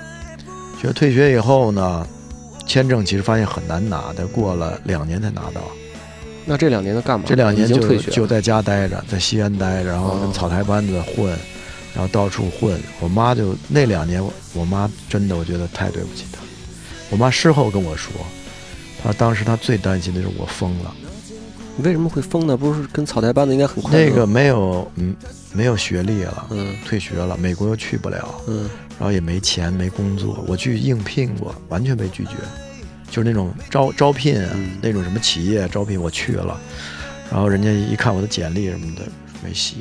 C: 学退学以后呢，签证其实发现很难拿的，过了两年才拿到。
A: 那这两年他干嘛？
C: 这两年
A: 已经
C: 就
A: 退学
C: 就
A: 了。
C: 在家待着，在西安待着，然后跟
A: 哦
C: 草台班子混，然后到处混。我妈就那两年，我我妈真的我觉得太对不起她。我妈事后跟我说，她当时她最担心的是我疯了，
A: 你为什么会疯呢？不是跟草台班子应该很快乐
C: 那个没有嗯没有学历了，
A: 嗯
C: 退学了，美国又去不了，
A: 嗯
C: 然后也没钱没工作，我去应聘过，完全被拒绝，就是那种招招聘啊、
A: 嗯
C: 那种什么企业招聘，我去了，然后人家一看我的简历什么的没戏。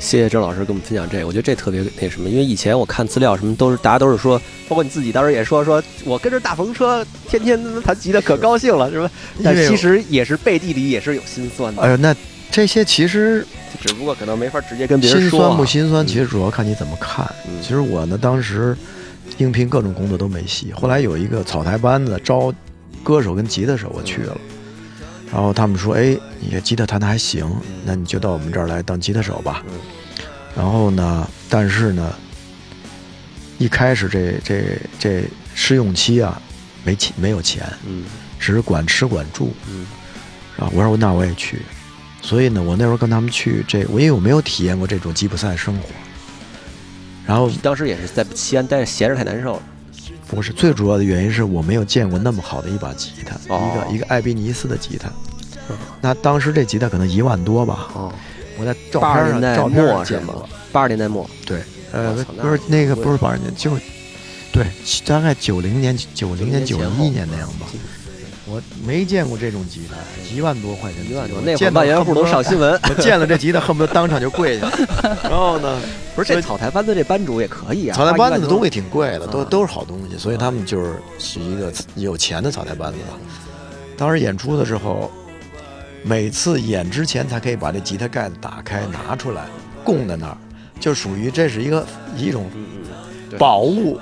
A: 谢谢郑老师跟我们分享这个，我觉得这特别那什么，因为以前我看资料什么都是大家都是说，包括你自己当时也说，说我跟着大篷车天天弹吉他可高兴了，是 吧？但
C: 因为
A: 其实也是背地里也是有心酸的，
C: 哎呦，那这些其实
A: 只不过可能没法直接跟别人
C: 心
A: 说、
C: 酸
A: 啊。
C: 不心酸，
A: 嗯
C: 其实主要看你怎么看。
A: 嗯
C: 其实我呢，当时应聘各种工作都没戏，后来有一个草台班子招歌手跟吉他手，我去了。然后他们说：“哎，你这吉他弹的还行，那你就到我们这儿来当吉他手吧。
A: 嗯”
C: 然后呢，但是呢，一开始这这这试用期啊，没钱没有钱，
A: 嗯
C: 只是管吃管住。
A: 嗯
C: 啊，我说那我也去，所以呢，我那时候跟他们去这，我因为我没有体验过这种吉普赛生活，然后
A: 当时也是在西安待着闲着太难受了，
C: 不是最主要的原因是我没有见过那么好的一把吉他，
A: 哦
C: 一个一个艾宾尼斯的吉他
A: 嗯，
C: 那当时这吉他可能一万多吧，
A: 哦，
C: 我在照
A: 八十
C: 片
A: 年
C: 上
A: 代
C: 照片上
A: 末是
C: 见
A: 吗
C: 过，？
A: 八十年代末，
C: 对，呃
A: 我操，那
C: 不是那个
A: 贵
C: 不是八十年，就对，大概九零年、九零年、九
A: 前
C: 一
A: 后
C: 年那样吧。我没见过这种吉他，一万多块钱的吉
A: 一
C: 他，
A: 万多，
C: 我
A: 那会儿
C: 见到
A: 万元
C: 恨
A: 户
C: 不
A: 能
C: 得
A: 上新 闻。
C: 我见了这吉他，恨不得当场就跪 下。然后呢，
A: 不是这草台班子这班主也可以啊，
C: 草台班子
A: 花一万
C: 的
A: 多
C: 东西挺贵的，都
A: 啊
C: 都是好东西，所以他们就是是一个有钱的草台班子吧。当时演出的时候，每次演之前才可以把这吉他盖子打开拿出来，供在那儿，就属于这是一个一种
A: 嗯对
C: 宝物。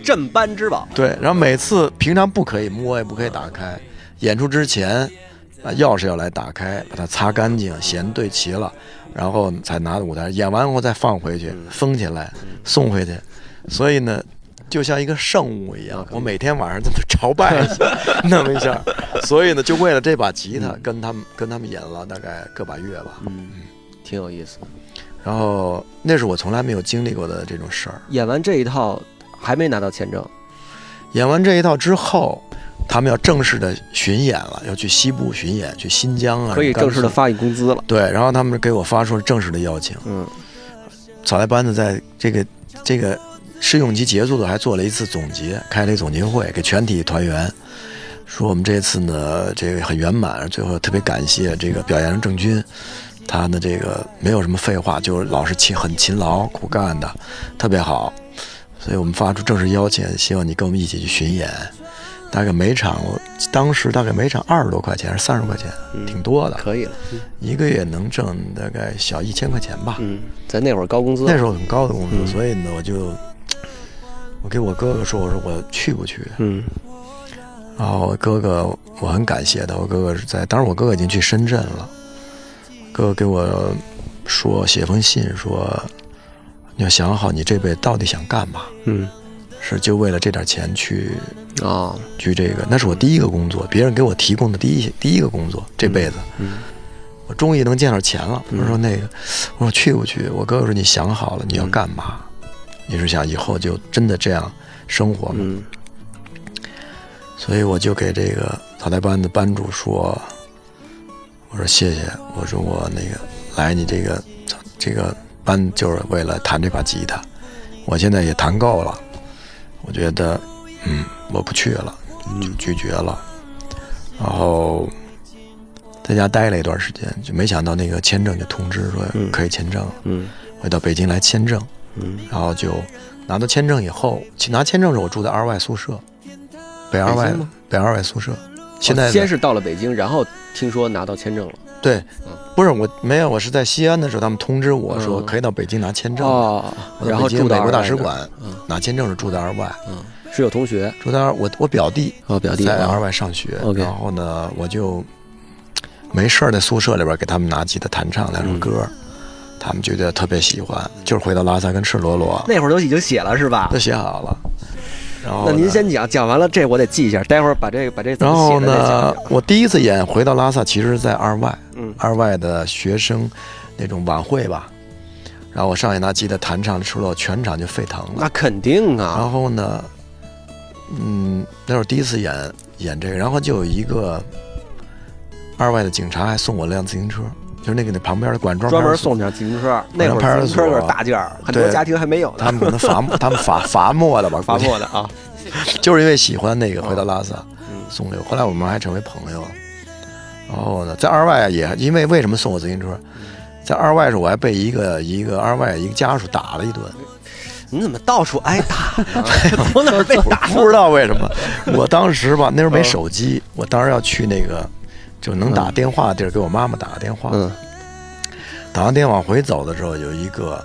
A: 镇班之宝，
C: 对，然后每次平常不可以摸，也不可以打开，演出之前，啊钥匙要来打开，把它擦干净，弦对齐了，然后才拿到舞台，演完后再放回去，封起来，送回去。所以呢，就像一个圣物一样，我每天晚上这么朝拜一下，那么一下。所以呢，就为了这把吉他，跟他们跟他们演了大概个把月吧。
A: 嗯，挺有意思的。
C: 然后那是我从来没有经历过的这种事儿。
A: 演完这一套还没拿到签证，
C: 演完这一套之后，他们要正式的巡演了，要去西部巡演，去新疆啊，
A: 可以
C: 甘
A: 正式的
C: 肃。
A: 发你工资了。
C: 对，然后他们给我发出了正式的邀请。
A: 嗯，
C: 草台班子在这个这个试用期结束的时候还做了一次总结，开了一总结会，给全体团员说我们这次呢这个很圆满，最后特别感谢这个表扬郑钧，他的这个没有什么废话，就是老是勤很勤劳苦干的，特别好，所以我们发出正式邀请，希望你跟我们一起去巡演。大概每场，我当时大概每场二十多块钱，还是三十块钱，挺多的，
A: 可以了。
C: 一个月能挣大概小一千块钱吧。
A: 嗯，在那会儿高工资，
C: 那时候很高的工资，
A: 嗯
C: 所以呢，我就我给我哥哥说，我说我去不去？
A: 嗯
C: 然后我哥哥我很感谢他，我哥哥是在，当时我哥哥已经去深圳了，哥哥给我说写封信说，你要想好你这辈子到底想干嘛，
A: 嗯
C: 是就为了这点钱去
A: 哦，
C: 去这个，那是我第一个工作，别人给我提供的第一第一个工作，这辈子，
A: 嗯
C: 我终于能见着钱了。
A: 嗯
C: 我说那个，我说去不去？我哥哥说你想好了你要
A: 嗯
C: 干嘛？你是想以后就真的这样生活吗？
A: 嗯
C: 所以我就给这个草台班的班主说，我说谢谢，我说我那个来你这个这个班就是为了弹这把吉他，我现在也弹够了，我觉得嗯我不去了，
A: 嗯
C: 就拒绝了，然后在家待了一段时间，就没想到那个签证就通知说
A: 嗯
C: 可以签证了，
A: 嗯
C: 我到北京来签证，
A: 嗯，
C: 然后就拿到签证以后，去拿签证的时候我住在二外宿舍，北二
A: 北
C: 外
A: 京吗
C: 北二外宿舍。现在
A: 哦
C: 的、
A: 先是到了北京，然后听说拿到签证了。
C: 对
A: 嗯，
C: 不是我没有，我是在西安的时候，他们通知我说
A: 嗯
C: 可以到北京拿签证，
A: 哦，
C: 我在
A: 然后
C: 北京
A: 住到
C: 美国
A: 二
C: 大
A: 外
C: 使
A: 的
C: 馆
A: 嗯
C: 拿签证是住在二外，
A: 嗯，是有同学
C: 住在二我我表弟
A: 哦，表弟
C: 在二
A: 啊
C: 外上学，
A: OK
C: 然后呢我就没事儿在宿舍里边给他们拿吉他弹唱两首
A: 嗯
C: 歌，他们觉得特别喜欢，就是回到拉萨跟赤 裸裸
A: 那会儿都已经写了是吧
C: 都？写好了，然后
A: 那您
C: 呢
A: 先讲，讲完了这我得记一下，待会儿把这个把这怎
C: 然
A: 么
C: 后
A: 写的再
C: 呢
A: 讲讲，
C: 我第一次演回到拉萨，其实是在二外，
A: 嗯
C: 二外的学生那种晚会吧。然后我上去拿吉他弹唱赤裸，全场就沸腾了。
A: 那肯定啊，
C: 然后呢，嗯，那是我第一次演演这个，然后就有一个二外的警察还送我辆自行车，就是那个那旁边的管庄
A: 专
C: 派
A: 门
C: 出所
A: 送你辆自行车。那会
C: 派
A: 儿
C: 出
A: 自行车
C: 所
A: 可是大件儿，很多
C: 对
A: 家庭还没有呢，
C: 他们可 能罚他们罚罚没的吧，
A: 罚
C: 估计
A: 没的啊。
C: 就是因为喜欢那个回到拉萨
A: 嗯
C: 送给我，后来我们还成为朋友。然后呢，在二外啊也因为为什么送我自行车，
A: 嗯
C: 在二外时候我还被一个一个二外一个家属打了一顿，
A: 你怎么到处挨 打呢？从哪儿被打？
C: 不知道为什么。我当时吧，那时候没手机，我当时要去那个就能打电话的地儿给我妈妈打个电话。
A: 嗯
C: 打完电话回走的时候，有一个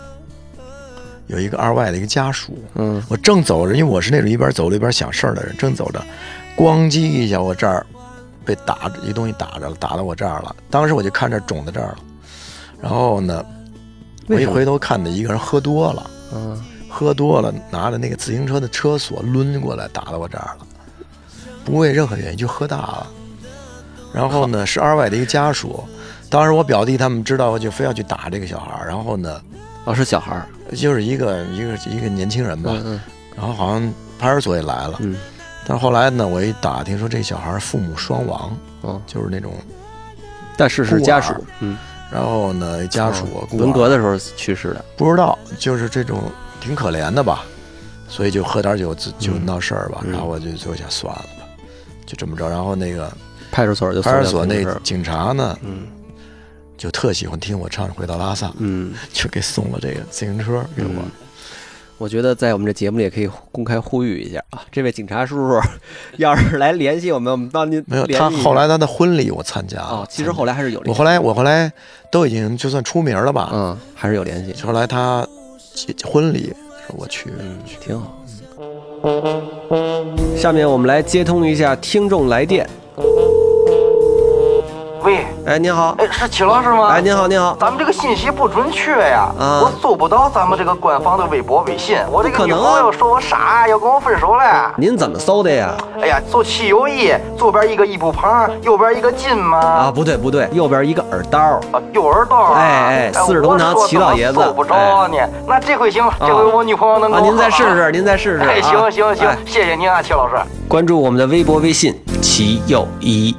C: 有一个二外的一个家属，
A: 嗯
C: 我正走着，因为我是那种一边走路一边想事儿的人，正走着，咣叽一下，我这儿被打着一东西打着了，打到我这儿了。当时我就看这儿肿在这儿了，然后呢，我一回头看到一个人喝多了，
A: 嗯，
C: 喝多了拿着那个自行车的车锁抡过来打到我这儿了，不为任何原因就喝大了。然 后呢，是二外的一个家属，当时我表弟他们知道就非要去打这个小孩儿，然后呢，
A: 哦，是小孩儿。
C: 就是一个一个一个年轻人吧，
A: 嗯
C: 然后好像派出所也来了，
A: 嗯
C: 但是后来呢，我一打听说这小孩父母双亡，
A: 哦，
C: 就是那种，
A: 但是是家属
C: 孤儿，
A: 嗯，
C: 然后呢家属啊
A: 哦
C: 孤儿
A: 文革的时候去世的。
C: 不知道，就是这种挺可怜的吧，所以就喝点酒自就
A: 嗯
C: 闹事儿吧，
A: 嗯
C: 然后我就就想算了吧，就这么着。然后那个
A: 派出所就
C: 派出所那
A: 送了
C: 警察呢，
A: 嗯
C: 就特喜欢听我唱《回到拉萨》，
A: 嗯，
C: 就给送了这个自行车给我
A: 嗯。我觉得在我们这节目里也可以公开呼吁一下啊，这位警察叔叔， 要是来联系我们，我们帮您
C: 没有，
A: 联
C: 他
A: 系一下
C: 后来他的婚礼我参加了
A: 哦，其实后来还是有联系，
C: 我后来我后来都已经就算出名了吧，
A: 嗯还是有联系，
C: 后来他婚礼说我去，
A: 嗯，挺好。下面我们来接通一下听众来电。
F: 喂，
A: 哎，您好，
F: 哎，是齐老师吗？
A: 哎，您好，您好，
F: 咱们这个信息不准确呀，
A: 啊
F: 我搜不到咱们这个官方的微博、微信。我这
A: 不
F: 个
A: 可
F: 女
A: 能啊
F: 朋友说我傻，要跟我分手了。
A: 您怎么搜的呀？
F: 哎呀，搜汽油一，左边一个一步旁，右边一个金嘛。
A: 啊，不对不对，右边一个耳刀，
F: 啊，幼儿道啊！
A: 哎哎四世同堂
F: 我说
A: 齐老爷子哎
F: 怎么搜不着呢。那这回行了，这回我女朋友能
A: 啊，
F: 跟我
A: 您再
F: 好
A: 试
F: 了
A: 试，您再试试。
F: 哎，
A: 啊
F: 行行行
A: 哎，
F: 谢谢您啊，齐老师。
A: 关注我们的微博、微信“齐友一”。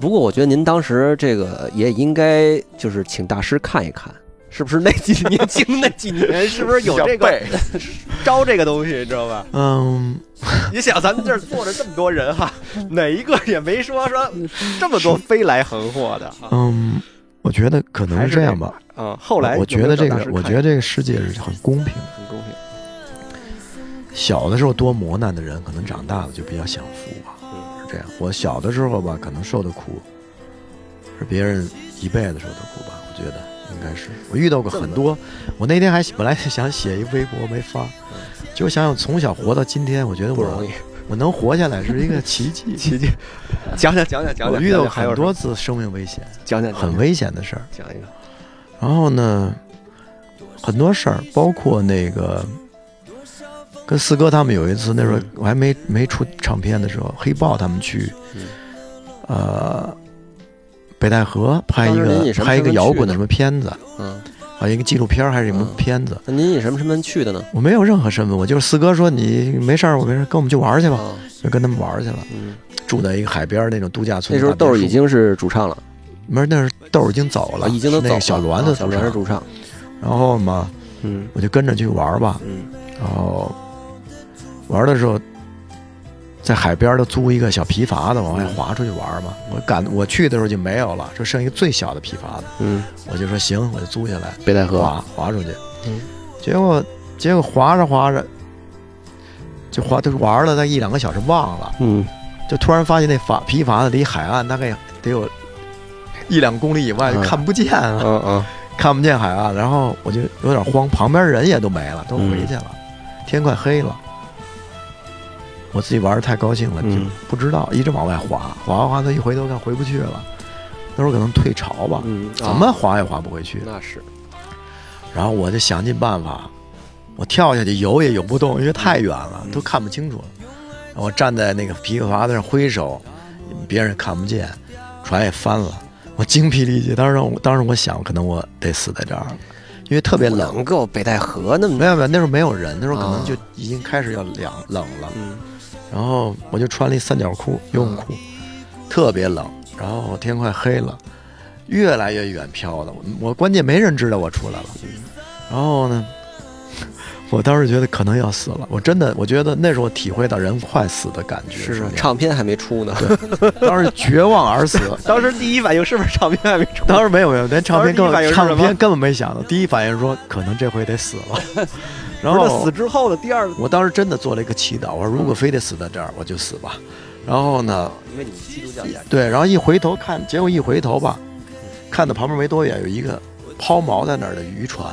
A: 不过我觉得您当时这个也应该就是请大师看一看，是不是那几年经那几年是不是有这个 招这个东西，你知道吧？
C: 嗯，
A: 你想咱们这儿坐着这么多人哈，哪一个也没说说这么多飞来横祸的啊。
C: 嗯，我觉得可能
A: 还
C: 是
A: 是
C: 这样吧。
A: 嗯，后来
C: 我
A: 有没
C: 觉
A: 有
C: 得
A: 找
C: 这
A: 大
C: 个
A: 师，
C: 我
A: 看
C: 觉得这个世界是很公平的。
A: 很公平。
C: 小的时候多磨难的人，可能长大了就比较享福吧，
A: 嗯
C: 是这样。我小的时候吧，可能受的苦是别人一辈子受的苦吧，我觉得应该是。我遇到过很多，我那天还本来想写一微博没发，就想想从小活到今天，我觉得
A: 嗯不
C: 我
A: 容易，
C: 我能活下来是一个奇迹。
A: 奇迹，讲讲讲讲讲
C: 我
A: 讲，
C: 遇到过
A: 讲讲还有
C: 很
A: 什么
C: 多次生命危险，
A: 讲讲
C: 很危险的事儿。
A: 讲一个
C: 然后呢，很多事儿，包括那个跟四哥他们有一次，那时候
A: 嗯
C: 我还没没出唱片的时候，黑豹他们去，
A: 嗯
C: 呃，北戴河拍一
A: 当时您
C: 个
A: 以什么
C: 拍一个
A: 身份
C: 摇
A: 去
C: 滚的
A: 的
C: 什么片子
A: 嗯，
C: 啊，一个纪录片儿还是什么
A: 嗯
C: 片子，
A: 那您以什么身份去的呢？
C: 我没有任何身份，我就是四哥说你没事儿，我没事儿，跟我们去玩儿去吧，
A: 啊，
C: 就跟他们玩儿去了，
A: 嗯，
C: 住在一个海边儿那种度假村。
A: 那时候
C: 大别
A: 豆儿已
C: 墅
A: 经是主唱了，
C: 没事，那时候豆儿已经走了，
A: 已经都走
C: 是那
A: 了
C: 个小栾
A: 啊
C: 子
A: 小
C: 出
A: 栾是
C: 场
A: 主唱，
C: 然后嘛，
A: 嗯
C: 我就跟着去玩儿吧。
A: 嗯
C: 然后玩的时候，在海边儿都租一个小皮筏子往外划出去玩儿嘛。我赶我去的时候就没有了，就剩一个最小的皮筏子，
A: 嗯，
C: 我就说行，我就租下来
A: 北戴河，
C: 划划出去。
A: 嗯
C: 结果结果划着划着，就划就玩了那一两个小时忘了，
A: 嗯，
C: 就突然发现那筏皮筏子离海岸大概得有一两公里以外就
A: 嗯
C: 看不见了。
A: 嗯嗯，
C: 看不见海岸，然后我就有点慌，旁边人也都没了，都回去了，
A: 嗯
C: 天快黑了。我自己玩的太高兴了，就
A: 嗯
C: 不知道，一直往外滑，滑滑滑，他一回头看回不去了，那时候可能退潮吧，
A: 嗯啊
C: 怎么滑也滑不回去。
A: 那是，
C: 然后我就想尽办法，我跳下去游也游不动，因为太远了，都看不清楚了。然后我站在那个皮克筏子上挥手，别人看不见，船也翻了，我精疲力竭。当时我当时我想，可能我得死在这儿了，因为特别
A: 不
C: 冷。
A: 能够北戴河那
C: 没
A: 么，
C: 有没有，那时候没有人，那时候可
A: 嗯啊
C: 能就已经开始要凉冷了。
A: 嗯
C: 然后我就穿了一三角裤、游泳裤，
A: 嗯
C: 特别冷。然后天快黑了，越来越远飘的，我我关键没人知道我出来了。
A: 嗯
C: 然后呢， 我当时觉得可能要死了，我真的，我觉得那时候体会到人快死的感觉，
A: 是
C: 吧
A: 啊，？唱片还没出呢，
C: 当时绝望而死。
A: 当时第一反应是不是唱片还没出
C: 当时没有没有，连唱片根
A: 当时第一反应
C: 本
A: 是什
C: 唱
A: 么
C: 片根本没想到，第一反应说可能这回得死 了。然后
A: 死之后的第二，
C: 我当时真的做了一个祈祷，我说如果非得死在这儿，我就死吧。然后呢，
A: 因为你基督教
C: 对，然后一回头看，结果一回头吧，看到旁边没多远有一个抛锚在那儿的渔船，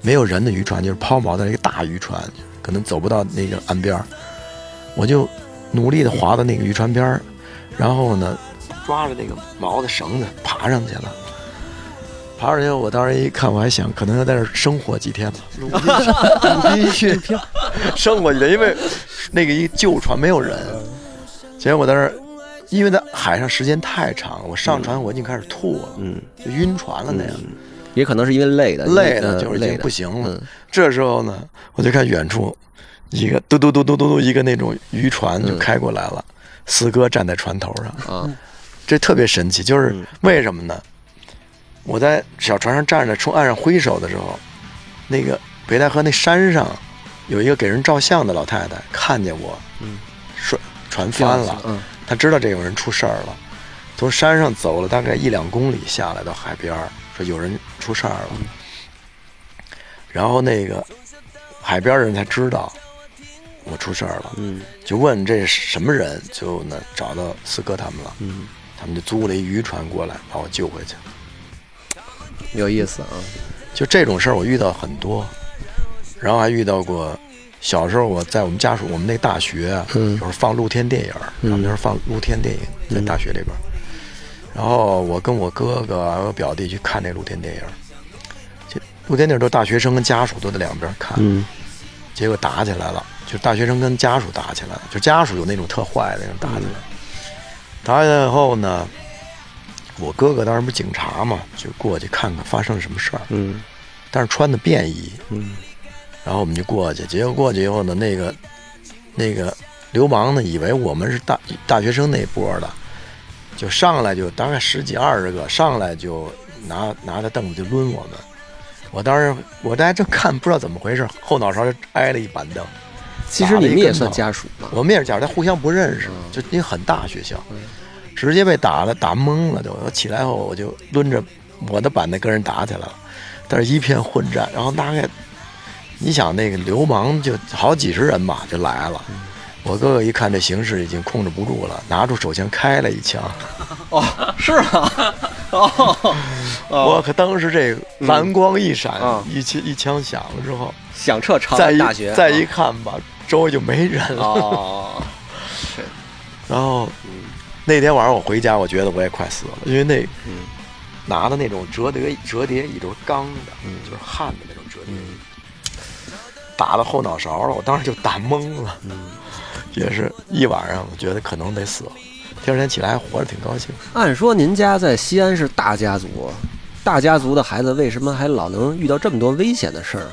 C: 没有人的渔船，就是抛锚的一个大渔船，可能走不到那个岸边儿我就努力的划到那个渔船边儿然后呢，抓着那个锚的绳子爬上去了。爬上去，我当时一看，我还想，可能要在这儿生活几天吧，鲁滨鲁滨逊生活几天，因为那个一旧船没有人，结果我在那儿，因为在海上时间太长了，我上船我已经开始吐了，
A: 嗯，
C: 就晕船了那样，
A: 也可能是因为累的，
C: 累
A: 的
C: 的就是已
A: 累
C: 经
A: 的
C: 不行了。
A: 嗯
C: 这时候呢，我就看远处一个嘟嘟嘟嘟嘟嘟一个那种渔船
A: 嗯
C: 就开过来了，四哥站在船头上，
A: 啊，
C: 这特别神奇，就是
A: 嗯
C: 为什么呢？我在小船上站着冲岸上挥手的时候，那个北戴河那山上有一个给人照相的老太太看见我，
A: 嗯，
C: 船船翻了，
A: 嗯
C: 他知道这有人出事儿了，从山上走了大概一两公里下来到海边儿，说有人出事儿了。然后那个海边儿人才知道我出事儿了，
A: 嗯
C: 就问这是什么人，就呢找到四哥他们了，
A: 嗯，
C: 他们就租了一渔船过来把我救回去。
A: 有意思啊，
C: 就这种事儿我遇到很多，然后还遇到过。小时候我在我们家属我们那大学，啊
A: 嗯
C: 有时候放露天电影儿，他们那时候放露天电影在大学里边儿。然后我跟我哥哥啊还有我表弟去看这露天电影，这露天电影都是大学生跟家属都在两边看，
E: 嗯
C: 结果打起来了，就是大学生跟家属打起来了，就家属有那种特坏的那种打起来，打起来以后呢，我哥哥当时不是警察嘛，就过去看看发生了什么事儿，
A: 嗯
C: 但是穿的便衣，
A: 嗯
C: 然后我们就过去，结果过去以后呢，那个那个流氓呢，以为我们是大大学生那波的，就上来就大概十几二十个，上来就拿拿着凳子就抡我们。我当时我大家正看不知道怎么回事，后脑勺就挨了一板凳。
G: 其实你们也算家属 嘛，
C: 我们也是假的，互相不认识，
G: 嗯
C: 就因为很大学校，直接被打了，打懵了都。我起来后我就抡着我的板凳跟人打起来了，但是一片混战。然后大概，你想那个流氓就好几十人吧，就来了。
G: 嗯
C: 我哥哥一看这形势已经控制不住了，拿出手枪开了一枪。
G: 是吗？ 哦，
C: 我可当时这个蓝光一闪，
G: 嗯
C: 一枪一枪响了之后，
G: 响彻长
C: 再
G: 安
C: 一
G: 大学，
A: 啊
G: 嗯
C: 再一看吧，周围就没人了。
G: 哦，
C: 然后嗯那天晚上我回家，我觉得我也快死了，因为那、拿的那种折叠折叠椅都是钢的，就是焊的那种折叠椅，打到后脑勺了，我当时就打懵了，也是一晚上，我觉得可能得死了。第二天起来还活着，挺高兴。
A: 按说您家在西安是大家族，大家族的孩子为什么还老能遇到这么多危险的事儿？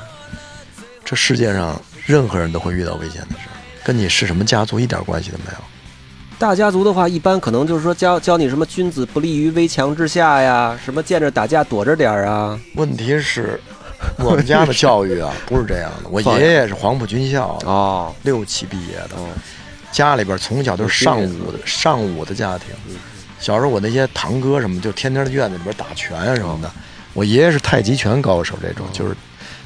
C: 这世界上任何人都会遇到危险的事儿，跟你是什么家族一点关系都没有。
A: 大家族的话，一般可能就是说教教你什么君子不立于危墙之下呀，什么见着打架躲着点儿啊。
C: 问题是，我们家的教育啊不是这样的。我爷爷是黄埔军校的，
A: 哦，
C: 六期毕业的，家里边从小都是上午的上午的家庭。小时候我那些堂哥什么，就天天在院子里边打拳啊什么的。我爷爷是太极拳高手，这种就是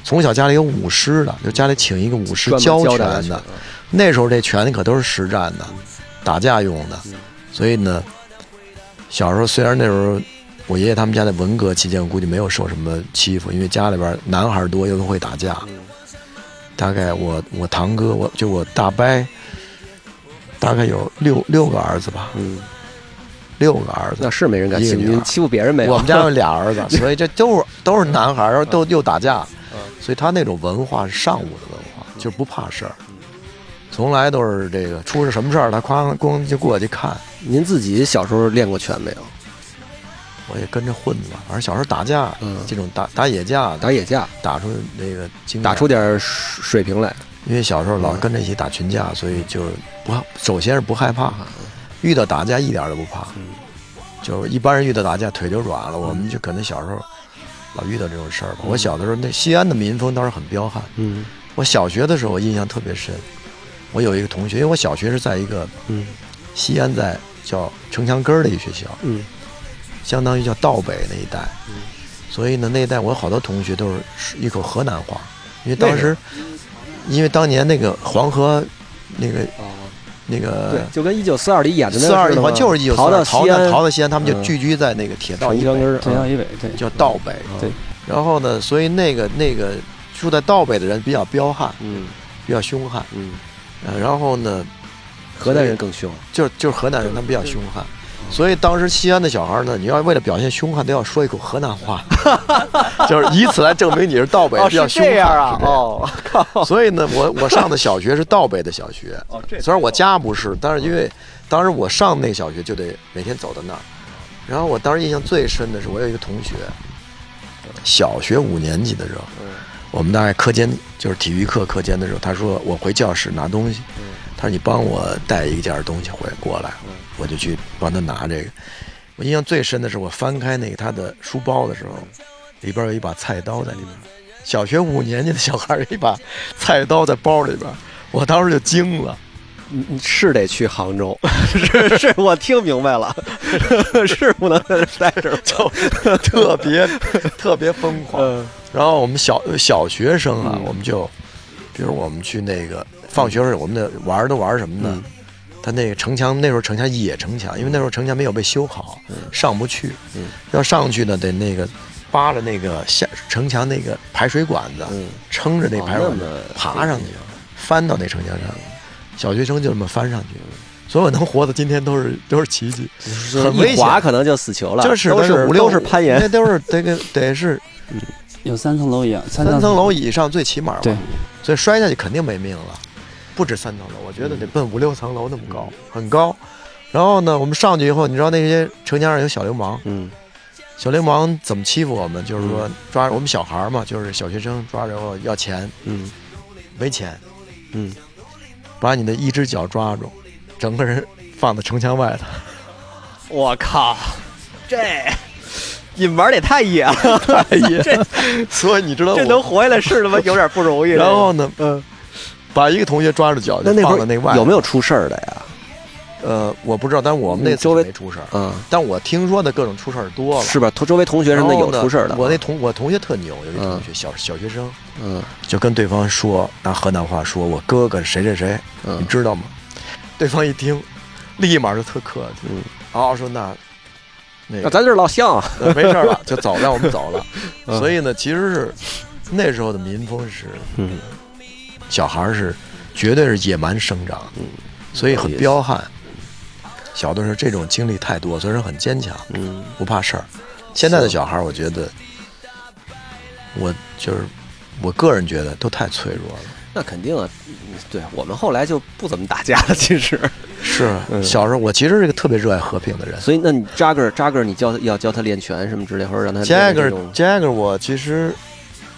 C: 从小家里有武师的，就家里请一个武师
A: 专门
C: 教
A: 教
C: 拳
A: 大家
C: 的。那时候这拳可都是实战的，打架用的。所以呢，小时候虽然那时候我爷爷他们家在文革期间，我估计没有受什么欺负，因为家里边男孩多，又都会打架。大概我我堂哥，我就我大伯，大概有六六个儿子吧，
A: 嗯，
C: 六个儿子
A: 那。是没人敢欺负
C: 一个女
A: 您，
C: 儿
A: 欺负别人没有？嗯
C: 啊我们家有俩儿子，所以这都是都是男孩儿，然后都又打架，所以他那种文化是上午的文化，
A: 嗯
C: 就是不怕事儿，从来都是这个出了什么事儿，他哐咣就过去看。
A: 您自己小时候练过拳没有？
C: 我也跟着混吧，反正小时候打架，
A: 嗯
C: 这种打打野架，
A: 打野架，
C: 打出那个经验
A: 打出，点儿水平来。
C: 因为小时候老跟着一起打群架，所以就是不首先是不害怕，遇到打架一点儿都不怕，就是一般人遇到打架腿就软了，我们就可能小时候老遇到这种事儿吧。我小的时候，那西安的民风倒是很彪悍，
A: 嗯
C: 我小学的时候印象特别深，我有一个同学，因为我小学是在一个
A: 嗯
C: 西安在叫城墙根儿的一个学校，
A: 嗯
C: 相当于叫道北那一带。所以呢，那一带我有好多同学都是一口河南话，因为当时，因为当年那个黄河，那个
A: 嗯
C: 那
A: 哦对
C: 个，
A: 就跟一九四二里演的那
C: 四二一环就是一九四
A: 呃逃到
C: 二，逃
A: 西
C: 难
A: 安，
C: 逃到西安，他们就
A: 嗯
C: 聚居在那个铁道
A: 到
C: 以
A: 一张
C: 北
A: 根儿。啊嗯
E: 对，要以北，对，
C: 叫道北。
E: 对，
C: 然后呢，所以那个那个住在道北的人比较彪悍，
A: 嗯
C: 比较凶悍。
A: 嗯，
C: 呃然后呢，
A: 河南人更凶。
C: 就是就是河南人，他们比较凶悍，所以当时西安的小孩呢，你要为了表现凶悍，都要说一口河南 话，就是以此来证明哦你是道北比较凶悍。是这样啊
A: 哦，
C: 所以呢，我我上的小学是道北的小学，虽然我家不是，但是因为当时我上那个小学就得每天走到那儿。然后我当时印象最深的是，我有一个同学，小学五年级的时候，我们大概课间就是体育课课间的时候，他说我回教室拿东西，他说你帮我带一件东西回过来，我就去帮他拿这个。我印象最深的是，我翻开那个他的书包的时候，里边有一把菜刀在里边。小学五年级的小孩儿一把菜刀在包里边儿，我当时就惊了。
A: 嗯是得去杭 州，是是，我听明白了， 是不能在这儿待着。
C: 就是特别特别疯狂。
A: 嗯
C: 然后我们小小学生啊，我们就，比如我们去那个放学时候，我们的玩儿都玩儿什么
A: 嗯
C: 呢？他那个城墙那时候城墙也城墙，因为那时候城墙没有被修好，
A: 嗯
C: 上不去。要上去呢，得那个扒着那个下城墙那个排水管子，撑着那排水管
A: 嗯
C: 子
A: 哦那么
C: 爬上去，翻到那城墙上。小学生就这么翻上去，所以我能活到今天都是都是奇迹，很危
A: 一
C: 险
A: 滑。可能就死球了，
C: 这
A: 是
C: 是
A: 都
C: 但是
A: 五六是攀岩
C: 那，都是得跟得是
E: 有三层楼一样，三
C: 三层楼以上最起码吧
E: 对，
C: 所以摔下去肯定没命了，不止三层楼，我觉得得奔五六层楼那么高，很高。然后呢，我们上去以后，你知道那些成年人有小流氓，
A: 嗯
C: 小流氓怎么欺负我们？就是说抓我们小孩儿嘛，就是小学生抓着我要钱，
A: 嗯
C: 没钱，
A: 嗯，
C: 把你的一只脚抓住，整个人放在城墙外头，
A: 我靠，这你们玩的也太野了，太野， 这
C: 所以你知道
A: 这能
C: 我。
A: 活下来是 他妈有点不容易。
C: 然后呢，
A: 嗯，
C: 把一个同学抓住脚
A: 那
C: 就
A: 那会
C: 放在那
A: 儿
C: 外
A: 有
C: 头。
A: 没有出事儿的呀？
C: 呃，我不知道，但是我们那
A: 你
C: 次
A: 周围
C: 没出事儿，
A: 嗯，
C: 但我听说的各种出事儿多了。
A: 是吧？同周围同学什么的
C: 然后
A: 有
C: 呢
A: 出事儿的，
C: 我那同我同学特牛，有一
A: 嗯
C: 同学小小学生，
A: 嗯
C: 就跟对方说，拿河南话说，我哥哥是谁谁谁，你
A: 嗯
C: 知道吗？对方一听，立马就特客气，
A: 嗯，
C: 哦，说那那
A: 那
C: 个
A: 咱这是老乡啊，
C: 呃没事 儿了，就走，让我们走了。
A: 嗯
C: 所以呢，其实是那时候的民风是，
A: 嗯
C: 小孩儿是绝对是野蛮生长，
A: 嗯
C: 所以很彪悍。小的时候这种经历太多，所以说很坚强，
A: 嗯，
C: 不怕事儿。现在的小孩儿，我觉得，我就是我个人觉得都太脆弱了。
A: 那肯定啊，对我们后来就不怎么打架了，其实。
C: 是
A: 嗯
C: 小时候，我其实是个特别热爱和平的人。
A: 所以，那你扎个扎个，你教他要教他练拳什么之类，或者让他
C: 杰
A: 练
C: 克
A: 这种，
C: 杰克，我其实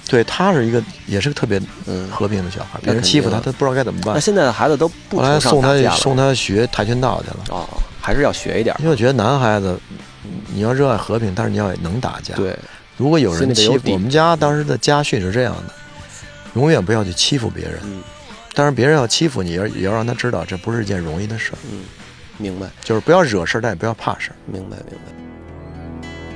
C: 对他是一个，也是个特别
A: 嗯。
C: 和平的小孩，
A: 那
C: 别人欺负他，
A: 肯定
C: 他不知道该怎么
A: 那
C: 办。
A: 现在的孩子都不
C: 啊后来
A: 崇尚
C: 送
A: 打
C: 他
A: 架了，
C: 送他学跆拳道去了，
A: 哦，还是要学一点儿。
C: 因为我觉得男孩子，你要热爱和平，但是你要能打架。，
A: 对，
C: 如果有
A: 心里
C: 人
A: 得
C: 欺
A: 有
C: 负
A: 底
C: 我们家当时的家训是这样的，永远不要去欺负别人。
A: 嗯
C: 但是别人要欺负你，也要也要让他知道这不是一件容易的事儿，
A: 明白，
C: 就是不要惹事儿，但也不要怕事儿。
A: 明白，明白。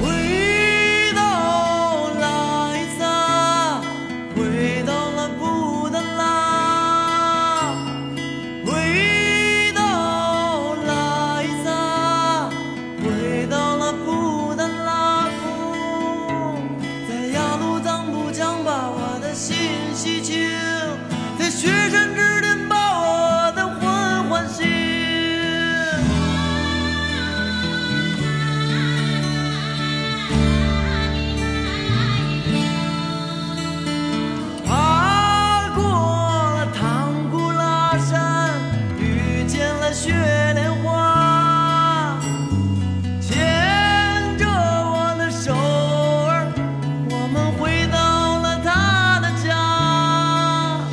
B: 回到拉伊萨，回到了布达拉，回到拉伊萨，回到了布达拉宫，在雅鲁藏布江把我的心洗清，在雪山之巅把我的魂唤醒。爬过了唐古拉山，遇见了雪莲花，牵着我的手儿，我们回到了他的家。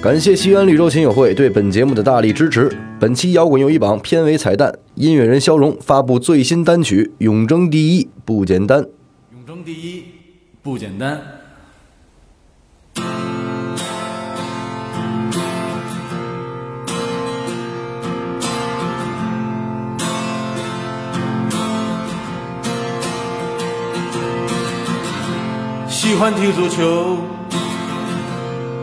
H: 感谢西安绿洲琴友会对本节目的大力支持。本期摇滚又一榜片尾彩蛋，音乐人肖荣发布最新单曲《永争第一》，不简单。
I: 永争第一不简单。喜欢踢足球，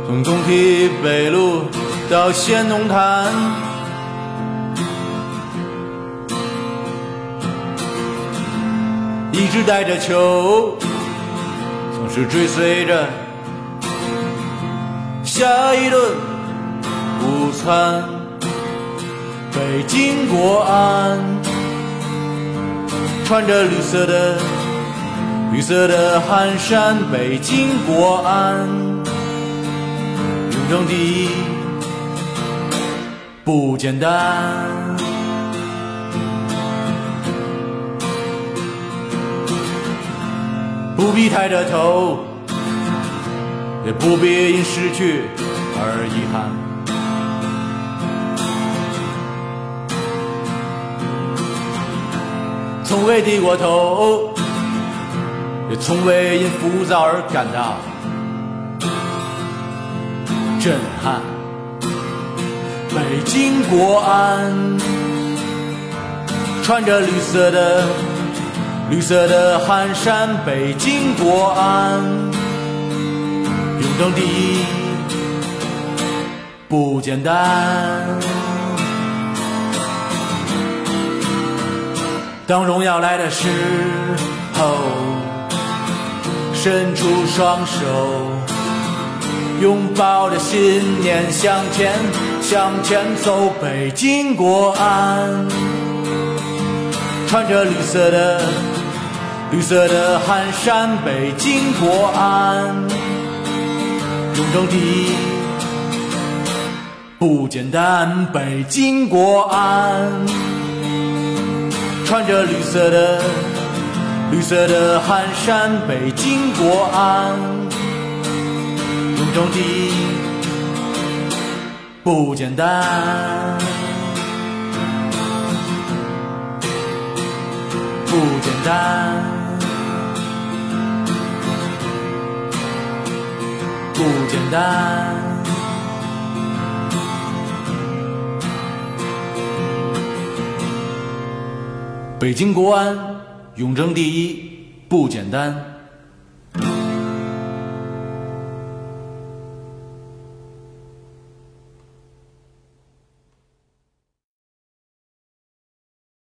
I: 从中踢北路到仙农坛，一直带着球，总是追随着下一顿午餐。北京国安，穿着绿色的绿色的汗衫，北京国安，永争第一不简单。不必抬着头，也不必因失去而遗憾。从未低过头，也从未因浮躁而感到震撼。北京国安，穿着绿色的绿色的汗衫，北京国安，永争第一不简单。当荣耀来的时候，伸出双手，拥抱着信念向前，向前走，北京国安。穿着绿色的绿色的汗衫，北京国安，永争第一不简单，北京国安，穿着绿色的绿色的汗衫，北京国安，永争第一不简单。不简单，不简单。北京国安永争第一，不简单。